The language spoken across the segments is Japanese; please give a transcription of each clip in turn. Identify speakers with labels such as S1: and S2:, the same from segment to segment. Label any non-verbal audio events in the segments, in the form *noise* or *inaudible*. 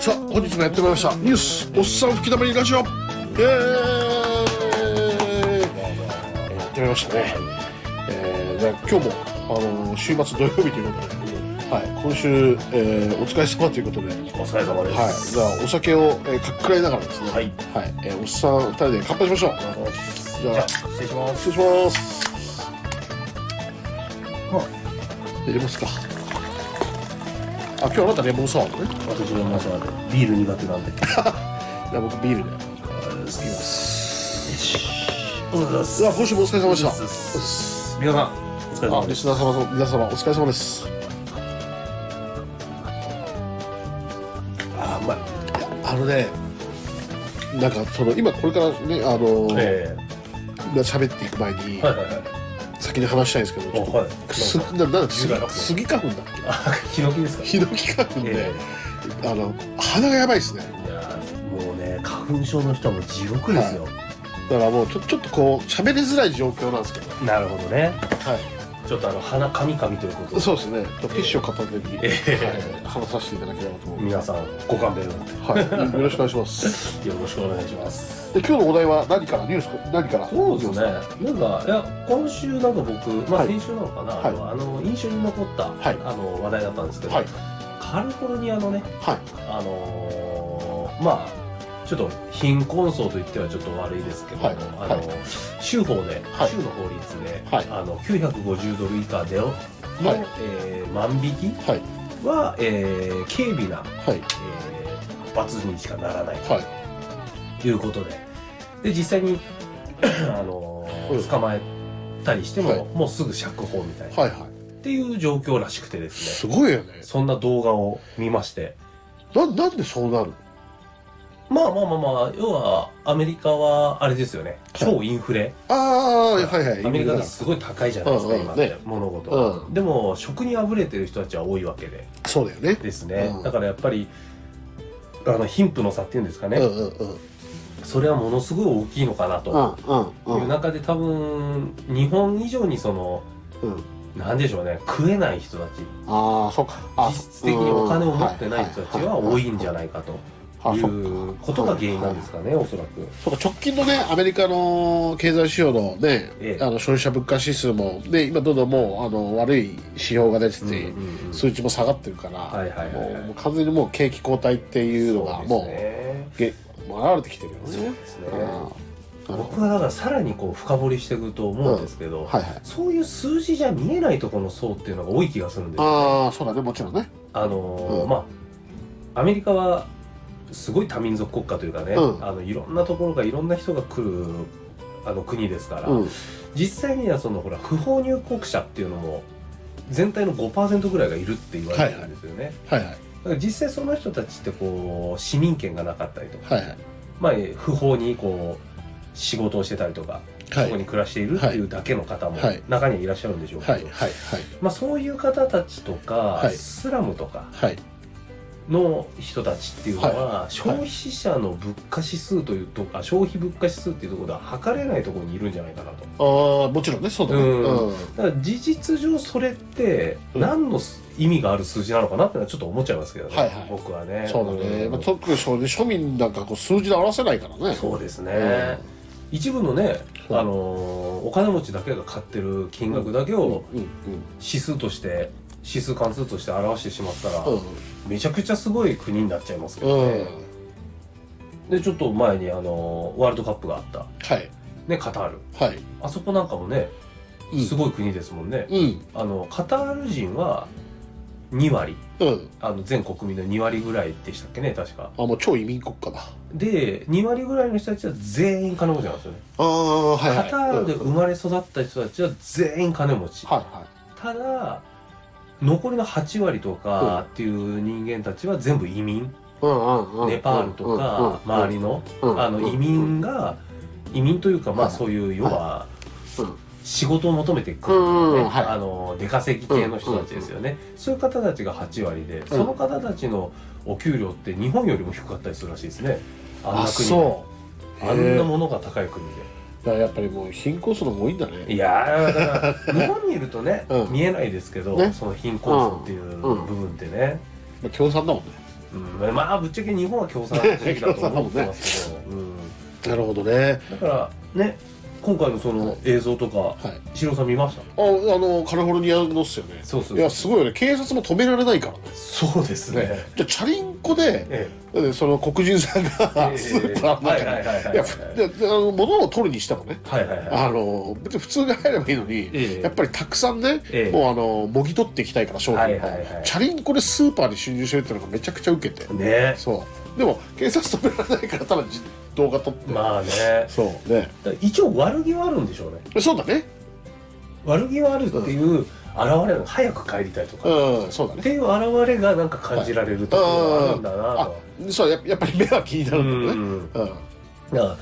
S1: さあ本日もやってまいりました「ニュースおっさん吹き溜まりラジオ」イエーイえーやってまいりましたね、えー、で今日も、あのー週末土曜日ということで、はい、今週、えーお疲れ様ということで、はい、
S2: お疲れ様です。
S1: じゃあお酒を、えーかっくらいながらですね、
S2: はい
S1: はいえーおっさん二人で乾杯しましょう
S2: じゃあ、失礼します。
S1: 失礼します入れますかあ今日あなたレモンサワーだね
S2: 私のマスワーで、ビール苦手なんで。
S1: いや僕ビールだよ
S2: すきます。お疲れ様です
S1: う。わ今週もお疲れ様でした
S2: 皆さん、お疲れ
S1: あ
S2: 様で
S1: リ
S2: す。
S1: スナー様の皆様お疲れ様です
S2: あ、うまい。
S1: いやあのねなんかその今これからねあの
S2: え
S1: まあ喋っていく前に、
S2: えはいはいはい。
S1: 先に話したいんですけどちょっと
S2: おはい
S1: くすななんだ
S2: 自由だな
S1: スギ花粉だっけ
S2: あ、ヒノキですか
S1: ヒノキ花粉で、
S2: え
S1: あの鼻がやばいですね
S2: えいやーもうね、花粉症の人はもう地獄ですよ。
S1: だからもうちょちょっとこう喋りづらい状況なんですけど
S2: なるほどね。
S1: はい
S2: ちょっとあの、鼻かみかみということで。
S1: そうですね。ティッシュを片手に、
S2: ええ
S1: はい話させていただければと思い
S2: 皆さん、ご勘弁を。
S1: ます。はい、よろしくお願いします。
S2: よろしくお願いします。
S1: で、今日のお題は何から、ニュース、何から。
S2: そうですね。なんか、いや、今週なんか僕、ま
S1: は
S2: あ
S1: い
S2: 先週なのかな、
S1: はい
S2: あのあの、印象に残った、
S1: はい
S2: あの、話題だったんですけど、
S1: はい、
S2: カリフォルニアのね、
S1: はい、
S2: あのーまあ、ちょっと貧困層といってはちょっと悪いですけども、
S1: はい
S2: あの州法で、
S1: はい
S2: 州の法律で、
S1: はい
S2: あの950ドル以下での、
S1: はい
S2: えー万引
S1: はい、
S2: きは、えー軽微な、
S1: はい、
S2: えー罰にしかならない
S1: はい、
S2: ということで、で実際に *clears throat* あのー
S1: うん
S2: 捕まえたりしても、
S1: はい
S2: もうすぐ釈放みたいな、
S1: はい、はい。
S2: っていう状況らしくてですね。
S1: すごいよね。
S2: そんな動画を見まして、
S1: な、なんでそうなるの
S2: まあまあまあまあ、要は、アメリカは、あれですよね、超インフレ。
S1: ああ、はい、はい、
S2: アメリカ
S1: だ
S2: がすごい高いじゃないですか、
S1: うんうん
S2: 今って、
S1: ね
S2: 物事は、
S1: う
S2: でも、食にあぶれてる人たちは多いわけで、
S1: そうだよね。
S2: ですね。
S1: うん
S2: だからやっぱり、あの、貧富の差っていうんですか
S1: う
S2: ね、
S1: ん、うん、うん、うん、
S2: それはものすごい大きいのかなと
S1: う
S2: い
S1: ん、う、
S2: うん中で、多分、日本以上にその、
S1: うん。
S2: なんでしょうね、食えない人たち、
S1: ああ、そうか。あ
S2: 実質的にお金を持ってない人たちは多いんじゃ
S1: ない。
S2: ないかと
S1: あ、
S2: い
S1: そっか
S2: うことが原因なんですかね、おそらく。
S1: そうか直近のね、アメリカの経済指標のね、
S2: ええ
S1: あの消費者物価指数も、ね、今どんどんもうあの悪い指標が出てて、
S2: うんうんうん
S1: 数値も下がってるから、
S2: はいはいはいはい
S1: もうもう完全にもう景気後退っていうのがもう
S2: そうですね
S1: げもう現れてきてるよね。
S2: そうですね
S1: ああなるほ
S2: 僕はだからさらにこう深掘りしていくと思うんですけど、
S1: どはいはい。
S2: そういう数字じゃ見えないところの層っていうのが多い気がするんですよ
S1: ああ、そうだね、もちろんね。
S2: あのー
S1: うん
S2: まあアメリカはすごい多民族国家というかね、
S1: うん
S2: あのいろんなところがいろんな人が来るあの国ですから、
S1: うん。
S2: 実際にはそのほら不法入国者っていうのも全体の5%ぐらいがいるって言われてるんですよね、
S1: はいはい。
S2: だから実際その人たちってこう市民権がなかったりとか、
S1: はいはい。
S2: まあ、不法にこう仕事をしてたりとか
S1: は
S2: そ
S1: い
S2: こに暮らしているっていうだけの方も
S1: はい
S2: 中にはいらっしゃるんでしょうけど、
S1: はいはいはい
S2: まあ、そういう方たちとか、
S1: はい
S2: スラムとか
S1: はい。
S2: の人たちっていうのは、消費者の物価指数というとか消費物価指数っていうところでは測れないところにいるんじゃないかなと
S1: ああ、もちろんね、そうだね。
S2: うん
S1: うん
S2: だから事実上それって
S1: うん
S2: 何の意味がある数字なのかなってのはちょっと思っちゃいますけどね、
S1: はいはい
S2: 僕はね
S1: そうだね。
S2: ん
S1: まあ、特にそうね庶民なんかこう数字で表せないからね。
S2: そうですね、
S1: うん
S2: 一部のね、
S1: うん
S2: あのーお金持ちだけが買ってる金額だけを
S1: うんうん
S2: 指数として指数関数として表してしまったら、
S1: うん
S2: めちゃくちゃすごい国になっちゃいますけ
S1: う
S2: ど
S1: ん、
S2: ね、でちょっと前にあのーワールドカップがあった、
S1: はい
S2: ね、カタール
S1: はい
S2: あそこなんかもね
S1: うん
S2: すごい国ですもんね、
S1: うん
S2: あのカタール人は2割
S1: うん
S2: あの全国民の2割ぐらいでしたっけね確か
S1: あもう超移民国家だ
S2: で2割ぐらいの人たちは全員金持ちなんですよね
S1: ああはいはい
S2: カタールで
S1: う
S2: 生
S1: ん
S2: まれ育った人たちは全員金持ち、
S1: はいは
S2: ただ残りの8割とかっていう人間たちは全部移民、
S1: いうんうんうん
S2: ネパールとか
S1: うんうんうん
S2: 周りの,、
S1: うん
S2: あの移民が、移民というかまあ
S1: はい
S2: そういう要は
S1: うん
S2: 仕事を求めてくる、
S1: うんうんはい
S2: あの出稼ぎ系の人たちですよね、そういう方たちが8割でその方たちのお給料って日本よりも低かったりするらしいですねあん
S1: あ
S2: な国
S1: そう
S2: あん
S1: へ
S2: な
S1: ー
S2: ものが高い国で。
S1: だからやっぱりもう貧困層の方が多いんだね
S2: いやーだから日本にいるとね、
S1: うん
S2: 見えないですけど、
S1: ね
S2: その貧困層っていう部分ってね、
S1: まあ共産だもんね
S2: うん、まあぶっちゃけ日本は共産主義だと思ってます
S1: *laughs*
S2: け
S1: な
S2: ど、うん、
S1: るほどね。
S2: だからね今回のその映像とか
S1: はい。
S2: 石郎さん見ました
S1: あ、あの、カリフォルニアのっすよね。
S2: そうそ
S1: いや、すごいよね。警察も止められないからね。
S2: そうですね
S1: じゃあチャリンコで、
S2: え
S1: だってその黒人さんが *laughs*
S2: え
S1: スーパーの
S2: は
S1: 中
S2: い
S1: に
S2: はいはいはい
S1: いや、ふでであの物を取るにしてもね、
S2: はいはいはい
S1: あの別に普通に入ればいいのに、
S2: ええ
S1: やっぱりたくさんね、
S2: ええ
S1: もうあのもぎ取っていきたいから商品を、
S2: はいはいはい
S1: チャリンコでスーパーに侵入してるってのがめちゃくちゃウケて、
S2: ね
S1: そうでも警察止められないからただじ動画撮って、
S2: まあね
S1: そうね
S2: だから一応悪気はあるんでしょうね
S1: そうだね
S2: 悪気はあるっていう現れの早く帰りたいとか
S1: うんそうだ
S2: っ
S1: ね
S2: ていう現れがなんか感じられるところがあるんだな
S1: あ
S2: と
S1: そうややっぱり目は気にな
S2: う
S1: るんだよね
S2: ん
S1: うん、
S2: だから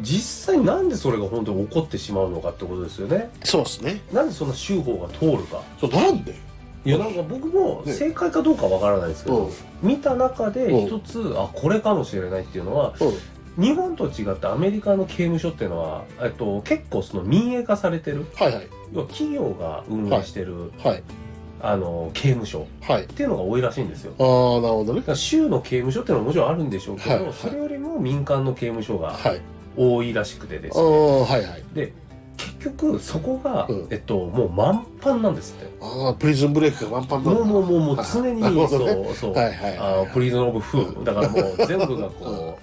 S2: 実際なんでそれが本当に起こってしまうのかってことですよね
S1: そうですね
S2: なんでそんな州法が通るか
S1: そうなんで
S2: いやなんか僕も
S1: ね
S2: 正解かどうかわからないですけど、
S1: うん
S2: 見た中で
S1: うん
S2: 一つ、あこれかもしれないっていうのは
S1: うん
S2: 日本と違ってアメリカの刑務所っていうのは、えっと、結構その民営化されてる
S1: はいはい
S2: 要は企業が運営してる、
S1: はい
S2: あの刑務所
S1: はい
S2: っていうのが多いらしいんですよ。
S1: ああなるほどね
S2: だから州の刑務所っていうのはもちろんあるんでしょうけど、
S1: はいはい
S2: それよりも民間の刑務所が
S1: はい
S2: 多いらしくてです
S1: あ
S2: ね、
S1: あはいはい
S2: で結局そこが、
S1: うん
S2: えっと、もう満帆なんですって。
S1: ああプリズンブレイクがワンパンだ
S2: もうもうもうもう
S1: はい
S2: 常に
S1: なるほ
S2: そ
S1: どね
S2: うそう、
S1: はいはいはい
S2: あのプリズン・オブ・フーだからもう全部がこ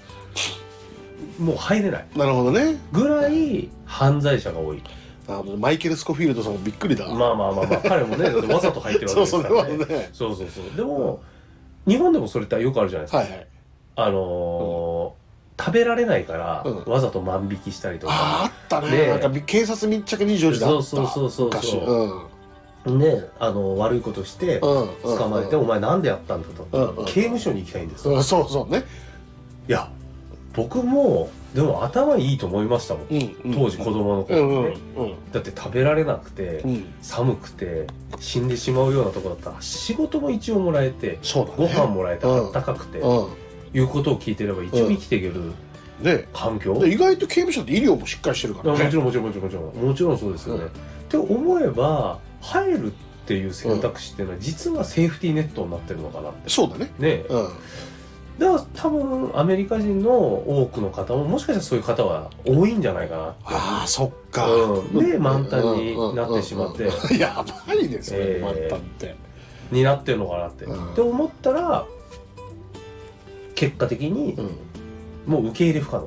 S2: うもう入れない
S1: なるほどね
S2: ぐらい犯罪者が多い
S1: あのマイケル・スコフィールドさんもびっくりだ、
S2: まあまあまあまあ彼もねだってわざと入ってるわけ
S1: そう
S2: です
S1: それは
S2: からね
S1: ね
S2: そうそうそうでも日本でもそれってよくあるじゃないですか、
S1: はいはい
S2: あのー食べられないから、
S1: うん
S2: わざと万引きしたりと
S1: あ
S2: か
S1: ああったね
S2: ね
S1: なんかみ警察密着24時だっ
S2: そう
S1: た
S2: そうそうそう
S1: 昔う
S2: そ
S1: ん
S2: うねあの悪いことして
S1: うんうん
S2: 捕まえて、お前なんでやったんだと、
S1: うんうん
S2: 刑務所に行きたいんです
S1: うんそうそうね
S2: いや僕もでも頭いいと思いましたもん
S1: うん
S2: 当時子供の
S1: う
S2: 頃
S1: んうん
S2: ね、
S1: うん
S2: だって食べられなくて
S1: うん
S2: 寒くて死んでしまうようなとこだったら仕事も一応もらえて
S1: そうだ
S2: ご
S1: ね
S2: 飯もらえて
S1: うん
S2: あったかくて
S1: う
S2: いうことを聞いてれば一応生きていける
S1: んで
S2: 環境
S1: で意外と刑務所って医療もしっかりしてるか
S2: だ
S1: ら
S2: からも
S1: ね
S2: ちろんもちろんもちろんもちろんもちろんそうですよね、
S1: うん
S2: って思えば入るっていう選択肢っていうのは実はセーフティーネットになってるのかなって
S1: そうだね
S2: ね
S1: うん
S2: だから多分アメリカ人の多くの方ももしかしたらそういう方は多いんじゃないかなって
S1: ああそっか
S2: うんで満タンになってしまって
S1: うんうんうんやばいねそれ
S2: えー
S1: 満タンって
S2: になってるのかなって、
S1: うん
S2: って思ったら結果的に
S1: うん
S2: もう受け入れ不可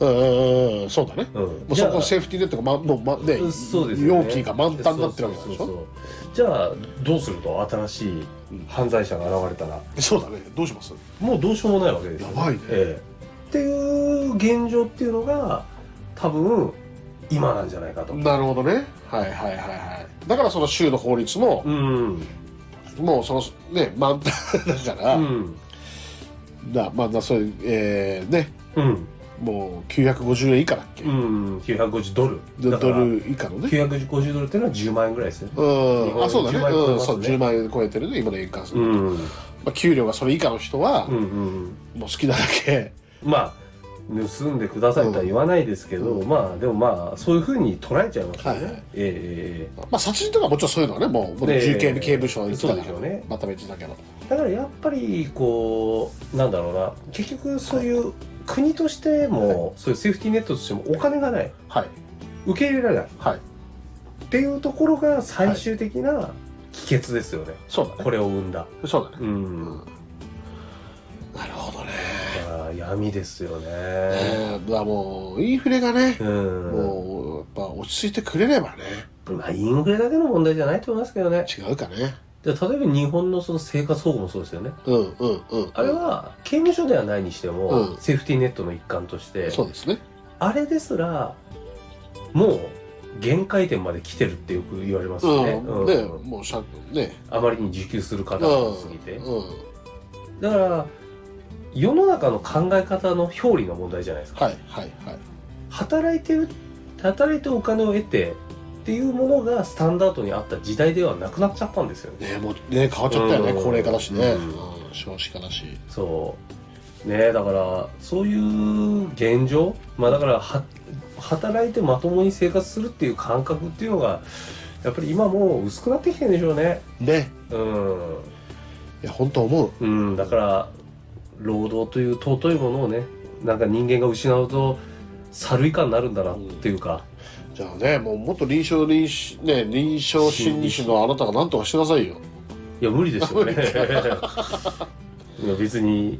S1: うんうんうんそうだね
S2: 能、うん
S1: もう
S2: じ
S1: そ
S2: ゃ
S1: こ
S2: あ
S1: のセーフティーネットが、ま、もう、ま、ね
S2: うんそうですよね
S1: 容器が満タンになってるわけでし
S2: そう
S1: ょ
S2: そうそうじゃあどうすると新しい
S1: うん
S2: 犯罪者が現れたら
S1: そうだねどうします
S2: もうどうしようもないわけですよ、
S1: やばいね
S2: ええっていう現状っていうのが多分今なんじゃないかと、
S1: なるほどねはいはいはいはいだからその州の法律も、
S2: うん
S1: もうそのね満タンだから、
S2: うん
S1: だまあなそういうえー、ね
S2: うん
S1: もう950円以下だっけ、
S2: うん、950ドル
S1: で
S2: だか
S1: ド
S2: ら
S1: ル以下のね
S2: 950ドルっていうのは10万円ぐらいですよ
S1: う
S2: 日
S1: ん、
S2: 本
S1: あそうだね
S2: 10万円
S1: う
S2: 超え
S1: ん
S2: ます
S1: そ
S2: ね
S1: う10万円超えてるね今の円換する、
S2: うん
S1: まあ、給料がそれ以下の人は、
S2: うんうん
S1: もう好きなだけ
S2: まあ盗んでくださいとは言わないですけど、
S1: う
S2: まあでもまあそういうふうに捉えちゃいますよね、
S1: はい
S2: ええ
S1: まあ殺人とかもちろんそういうのはねもうもう
S2: ねえ
S1: 重刑刑務所に行った
S2: そうでしょうね
S1: また別だけど
S2: ええだからやっぱりこうなんだろうな結局そういう、国としても、そういうセーフティーネットとしてもお金がない
S1: はい
S2: 受け入れられないっ
S1: はい
S2: ていうところが最終的な帰結ですよね、
S1: そうだね
S2: これを生んだ
S1: そうだね
S2: うんだ
S1: なるほどね、
S2: から闇ですよね、
S1: えー、だからもうインフレがね、
S2: うん
S1: もうやっぱ落ち着いてくれればね
S2: まあインフレだけの問題じゃないと思いますけどね
S1: 違うかね
S2: で例えば日本のその生活保護もそうですよね
S1: うんうんうん
S2: あれは刑務所ではないにしても、
S1: うん
S2: セーフティーネットの一環として
S1: そうですね
S2: あれですらもう限界点まで来てるってよく言われますよね、
S1: うん、
S2: うん
S1: ねもうしゃね
S2: あまりに受給する方が多すぎて、
S1: うん、うん、
S2: だから世の中の考え方の表裏の問題じゃないですか
S1: はいはいはい
S2: 働いてる働いてお金を得てっていうものがスタンダードにあった時代ではなくなっちゃったんですよね
S1: ねもうね変わっちゃったよね、
S2: うん
S1: 高齢化だしね、
S2: う
S1: うんん少子化だし
S2: そうねだからそういう現状まあだからは働いてまともに生活するっていう感覚っていうのがやっぱり今もう薄くなってきてるんでしょうね
S1: ね
S2: うん
S1: いや本当思う
S2: うん、だから労働という尊いものをねなんか人間が失うと猿以下になるんだなっていうか、
S1: じゃあねもう元臨床臨し、ね、臨床心理士のあなたが何とかしなさいよ
S2: いや *laughs* 無理ですよねいや別に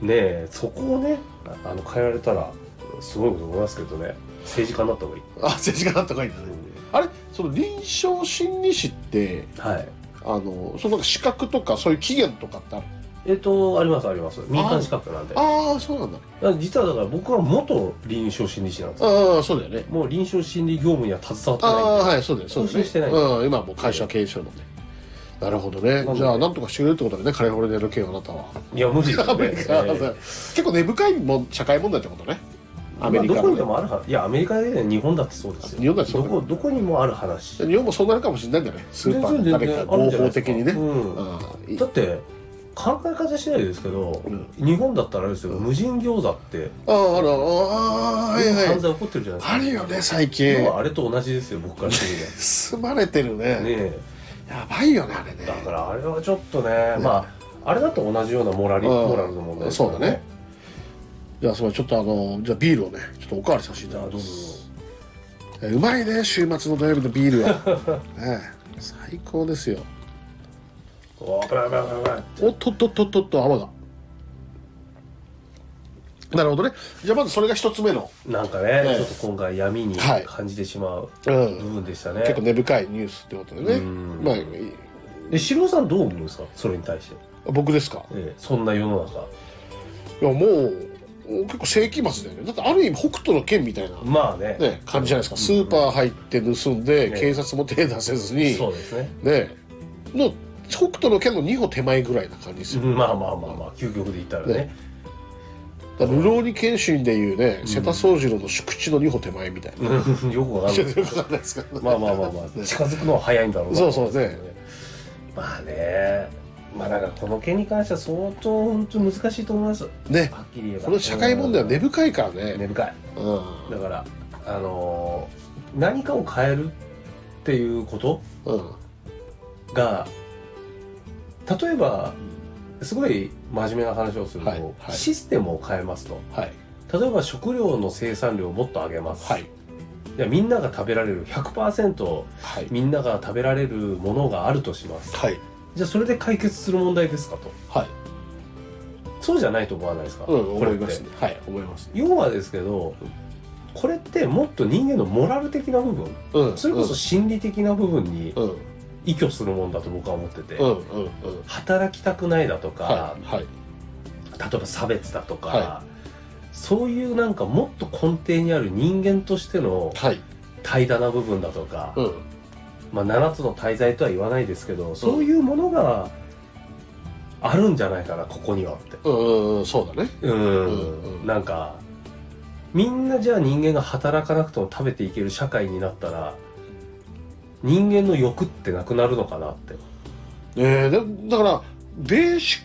S2: ねそこをねあの変えられたらすごいこと思いますけどね政治家になった方がいい、
S1: あ政治家だったかいんだねあれその臨床心理士って
S2: はい
S1: あのそのなんか資格とかそういう期限とかってある
S2: えっ、とありますあります民間資格なんで
S1: ああそうなんだ
S2: だから実はだから僕は元臨床心理士なんですよ
S1: ああそうだよね
S2: もう臨床心理業務には携わって
S1: あ
S2: ないんで
S1: あはいそうだよそうだよ
S2: 更新してない
S1: うん、今はもう会社経営者なんでなるほどね
S2: なので
S1: じゃあなんとかしてくれるってことだねカリフォルニアの件あなたは、
S2: いや無理ですよね、えー
S1: 結構根深いもん社会問題ってことねアメ
S2: まあ
S1: リカの
S2: どこにでもあるはいやアメリカだけで日本だってそうですよ
S1: 日本だってそうだ
S2: ど
S1: よ
S2: こどこにもある話
S1: 日本もそうなるかもしれないんだねスーパー
S2: 全
S1: の
S2: 然
S1: 誰
S2: 全然
S1: か
S2: あるん
S1: 合
S2: じゃない
S1: 法
S2: です
S1: 的
S2: か
S1: にね
S2: うん
S1: ああい
S2: だって考え方次第ですけど、
S1: うん
S2: 日本だったらあれですよ無人餃子って
S1: あああるああはいは
S2: 犯
S1: い
S2: 罪起こってるじゃないですか
S1: あるよね最
S2: 要
S1: 近
S2: はあれと同じですよ僕からする
S1: 住まれてるね
S2: と
S1: *laughs*
S2: ねね
S1: やばいよねあれね
S2: えだからあれはちょっとねまああれだと同じようなモラリ、
S1: うん
S2: モラルの問題です
S1: そ
S2: よ
S1: うだねじゃあそれちょっとあのじゃあビールをねちょっとおかわりさせてい
S2: じ
S1: た
S2: ゃあ
S1: だ
S2: ど
S1: きま
S2: うぞ
S1: すえうまいね週末の土曜日のビール
S2: *laughs*
S1: はねえ最高ですよ
S2: おー危ない危ない危ない危ない
S1: おっとっとっとっとっと泡がなるほどねじゃあまずそれが一つ目の、
S2: なんかね、
S1: ええ
S2: ちょっと今回闇に
S1: はい
S2: 感じてしまう
S1: う
S2: 部
S1: ん、
S2: 分でしたね、
S1: 結構根深いニュースってことでね
S2: うん
S1: まあ
S2: え白尾さんどう思うんですかそれに対して、
S1: 僕ですか
S2: ええそんな世の中
S1: いやもう結構世紀末だよねだってある意味北斗の剣みたいな、
S2: まあね
S1: ね、感じじゃないですかスーパー入って盗んで、
S2: ね
S1: 警察も手出せずに
S2: そうですね
S1: ねの北斗の剣の2歩手前ぐらいな感じですよ、
S2: まあまあまあまあ究極で言ったらね
S1: ねだからルローニケンシンでいうね、瀬田宗次郎の宿地の2歩手前みたいな、
S2: うん *laughs* よくわかんない
S1: よくわかんないですけどね
S2: まあまあ
S1: *laughs*
S2: まあまあ近づくのは早いんだろうな
S1: そうそうね
S2: まあねまあなんかこの件に関しては相当本当に難しいと思いますは
S1: ね
S2: っきり言えば
S1: この社会問題は根深いからね
S2: 根深い
S1: うん、
S2: だからあのー何かを変えるっていうこと
S1: うん
S2: が例えばすごい真面目な話をすると、
S1: はいはい
S2: システムを変えますと
S1: はい
S2: 例えば食料の生産量をもっと上げます、
S1: はい
S2: じゃあみんなが食べられる100%
S1: はい
S2: みんなが食べられるものがあるとします
S1: はい
S2: じゃあそれで解決する問題ですかと
S1: はい
S2: そうじゃないと思わないですか、
S1: うん
S2: こ
S1: 思
S2: れっ
S1: い
S2: て
S1: ますねはい思いますね
S2: 要はですけどこれってもっと人間のモラル的な部分
S1: うん
S2: それこそ心理的な部分に
S1: うん
S2: 依拠するもんだと僕は思ってて、
S1: うんうんうん
S2: 働きたくないだとか、
S1: はいはい
S2: 例えば差別だとか、
S1: は
S2: そういうなんかもっと根底にある人間としての
S1: はい
S2: 平らな部分だとか、
S1: うん
S2: まあ、7つの大罪とは言わないですけどそういうものがあるんじゃないかなここにはって
S1: うんうんうんそうだね
S2: うん
S1: うん
S2: なんかみんなじゃあ人間が働かなくても食べていける社会になったら人間の欲ってなくなるのかなって
S1: えー、でだからベーシッ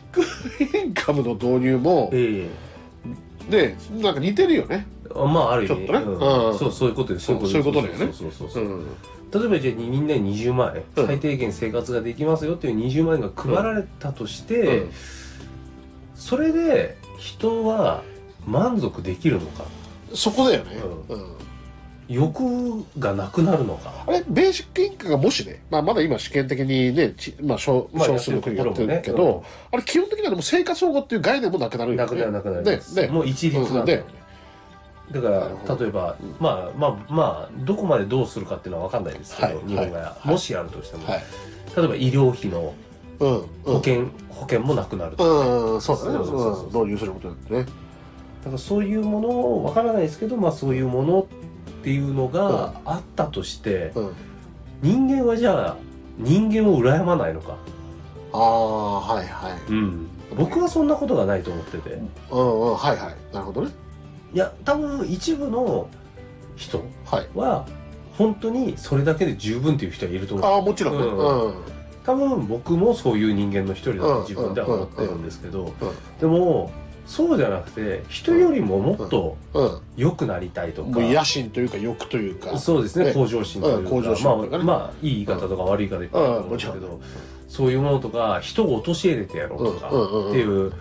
S1: クインカムの導入も
S2: え
S1: でなんか似てるよね
S2: まあある意味
S1: ちょっとね
S2: うん
S1: うん
S2: そうそういうことです
S1: そうそういうことだよね
S2: そうそうそうそううん例えばじゃあみんなに20万円
S1: うん
S2: 最低限生活ができますよっていう20万円が配られたとして、
S1: うん
S2: それで人は満足できるのか
S1: そこだよね、
S2: う
S1: うん
S2: 欲がなくなるのか
S1: あれベーシックインカムがもしね、まあ、まだ今試験的にね、ちまあ、少
S2: まあ
S1: 少数の国やって
S2: や
S1: る
S2: って
S1: けど、
S2: るところも
S1: あれ基本的にはでも生活保護っていう概念もなくなるよね
S2: なくなるなくなる
S1: でで
S2: もう一律なんだよねだか
S1: なるほ
S2: ら
S1: ど
S2: 例えば、
S1: うん
S2: まあまあまあどこまでどうするかっていうのは分かんないですけど、
S1: はい
S2: 日本が、
S1: はい
S2: もしやるとしても、
S1: はい
S2: 例えば医療費の
S1: うん
S2: 保険、保険もなくなるとか、
S1: うんうんそうだね
S2: そうそうそうそう
S1: うん導入することによってね
S2: だからそういうものを分からないですけど、まあ、そういうものっていうのがあったとして、
S1: うん
S2: 人間はじゃあ人間を羨まないのか、
S1: ああはいはい
S2: 僕はそんなことがないと思ってて
S1: うんうんはいはいなるほどね
S2: いや多分一部の人
S1: はい
S2: は本当にそれだけで十分っていう人はいると思う
S1: ああもちろんね
S2: うん
S1: うん
S2: 多分僕もそういう人間の一人だと自分では思ってるんですけどでもそうじゃなくて人よりももっと
S1: うん
S2: 良くなりたいと
S1: うん
S2: か
S1: もう野心というか欲というか
S2: そうですね
S1: ね
S2: 向上心というか、
S1: うん向上心というかね
S2: まあ、まあいい言い方とか悪い言い方いっぱいあると思うんですけど、
S1: うんもちろん
S2: そういうものとか人を陥れてやろうとか、
S1: うんうんうんうん
S2: っていう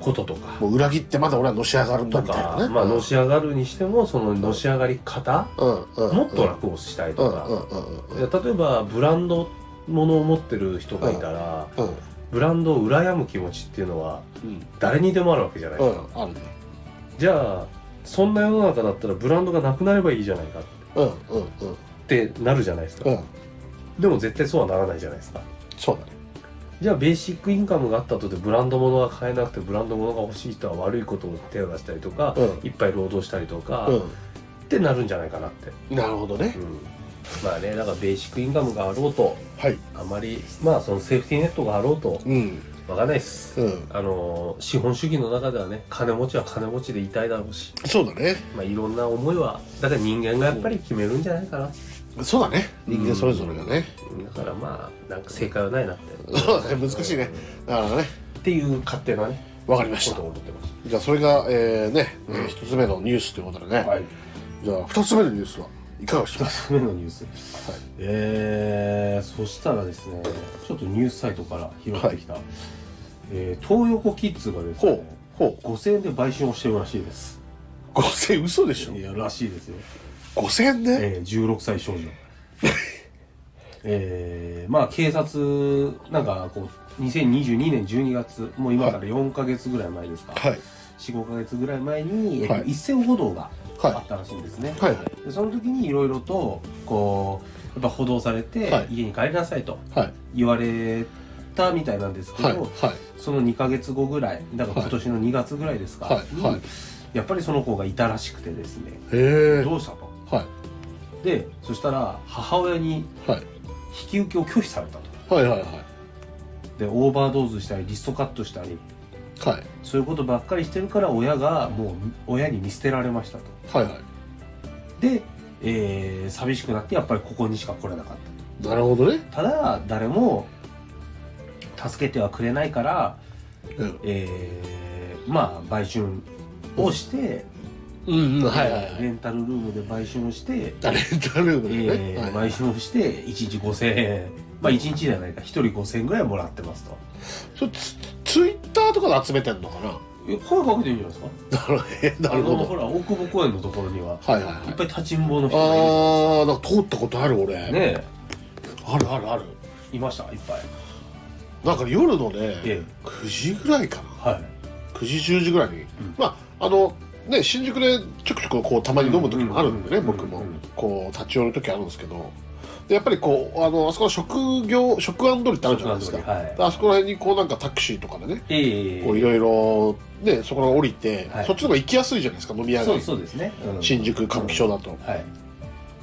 S2: こととか、
S1: もう裏切ってまだ俺はのし上がるんだ
S2: と
S1: みたいな
S2: か、
S1: ね
S2: まあのし上がるにしてもそののし上がり方、
S1: うんうん
S2: もっと楽をしたい
S1: うん
S2: と
S1: うん
S2: か、
S1: うんうん
S2: いや例えばブランドものを持ってる人がいたら、
S1: うん
S2: ブランドを羨む気持ちっていうのは
S1: うん
S2: 誰にでもあるわけじゃないですか、
S1: うんあるね
S2: じゃあそんな世の中だったらブランドがなくなればいいじゃないかっ
S1: うんうんうん
S2: てなるじゃないですか、
S1: うん
S2: でも絶対そうはならないじゃないですか
S1: そうだね
S2: じゃあベーシックインカムがあったとでブランド物が買えなくてブランド物が欲しい人は悪いことを手を出したりとか、
S1: うん
S2: いっぱい労働したりとか、っ
S1: う
S2: てなるんじゃないかなって、
S1: んなるほどね
S2: うんまあねだからベーシックインカムがあろうと
S1: はい
S2: あまりまあそのセーフティーネットがあろうと
S1: うん
S2: わかんないです、
S1: うん
S2: あの資本主義の中ではね金持ちは金持ちでいたいだろうし、
S1: そうだね
S2: まあ、いろんな思いはだから人間がやっぱり決めるんじゃないかな、
S1: そうだね人間それぞれがね
S2: だからまあなんか正解はないなって
S1: そうだね難しいねだからね
S2: っていう勝手なね
S1: わかりました
S2: ことを思ってます
S1: じゃあそれがえーねえー一つ目のニュースということでね
S2: はい
S1: じゃあ二つ目のニュースはいかがします
S2: 2つ目のニュース、えー、そしたらですねちょっとニュースサイトから拾ってきた、えー、東横キッズがです
S1: ほ
S2: ね
S1: うほう
S2: 5000円で売春をしてるらしいです
S1: 5000嘘でしょ
S2: いやらしいですよ、
S1: 5000ね
S2: えー、16歳少女 *laughs* えー、まあ警察なんかこう2022年12月もう今から4か月ぐらい前ですか、
S1: はい
S2: 45ヶ月ぐらい前に、えっと
S1: はい
S2: 一斉補導が
S1: はい
S2: あったらしいんですね、
S1: はい
S2: でその時にいろいろとこうやっぱ補導されて、
S1: はい
S2: 家に帰りなさいと
S1: はい
S2: 言われたみたいなんですけど、
S1: はいはい
S2: その2ヶ月後ぐらいだから今年の2月ぐらいですか、
S1: はいはい
S2: にやっぱりその子がいたらしくてですね、
S1: へえ
S2: どうしたと
S1: はい
S2: でそしたら母親に
S1: はい
S2: 引き受けを拒否されたと
S1: はいはいはい
S2: でオーバードーズしたりリストカットしたり
S1: はい
S2: そういうことばっかりしてるから親がもう親に見捨てられましたと
S1: はいは
S2: で、えー寂しくなってやっぱりここにしか来れなかっ
S1: いなるほどね
S2: たただ誰も助けてはくれないから、
S1: うん
S2: えーまあ売春をして、
S1: うんうんはいはいはい
S2: レンタルルームで売春をして、
S1: あレンタルー
S2: え
S1: ムでね
S2: ー
S1: はい
S2: 売春をして1日5000円まあ1日じゃないか1人5000円ぐらいもらってますと
S1: それツツイッターとかで集めてんのかな *laughs*
S2: え声かけていいんじゃないですか
S1: なるほどなる
S2: あの
S1: ほ
S2: ほら大久保公園のところには
S1: どはいはいはい
S2: いっぱい立ちんぼの人がいる
S1: ああなんか通ったことある俺、
S2: ね
S1: あるあるある
S2: えいましたいっぱい
S1: なんか夜のね、
S2: え
S1: 9時ぐらいかな
S2: はい
S1: 9時10時ぐらいに、
S2: ん
S1: まああのね新宿でちょくちょくこうたまに飲む時もあるんでね、
S2: うんうんうん
S1: 僕も、
S2: うん
S1: こう立ち寄る時あるんですけどでやっぱりこうあのあそこの職業職安通りってあるじゃないですか、
S2: は
S1: で
S2: い
S1: あそこら辺にこうなんかタクシーとかでね
S2: ええ
S1: こういろいろねそこから降りて、
S2: はい
S1: そっちの方が行きやすいじゃないですか飲み屋
S2: そ
S1: 街
S2: うそうですね、うん
S1: 新宿歌舞伎町だと、
S2: はい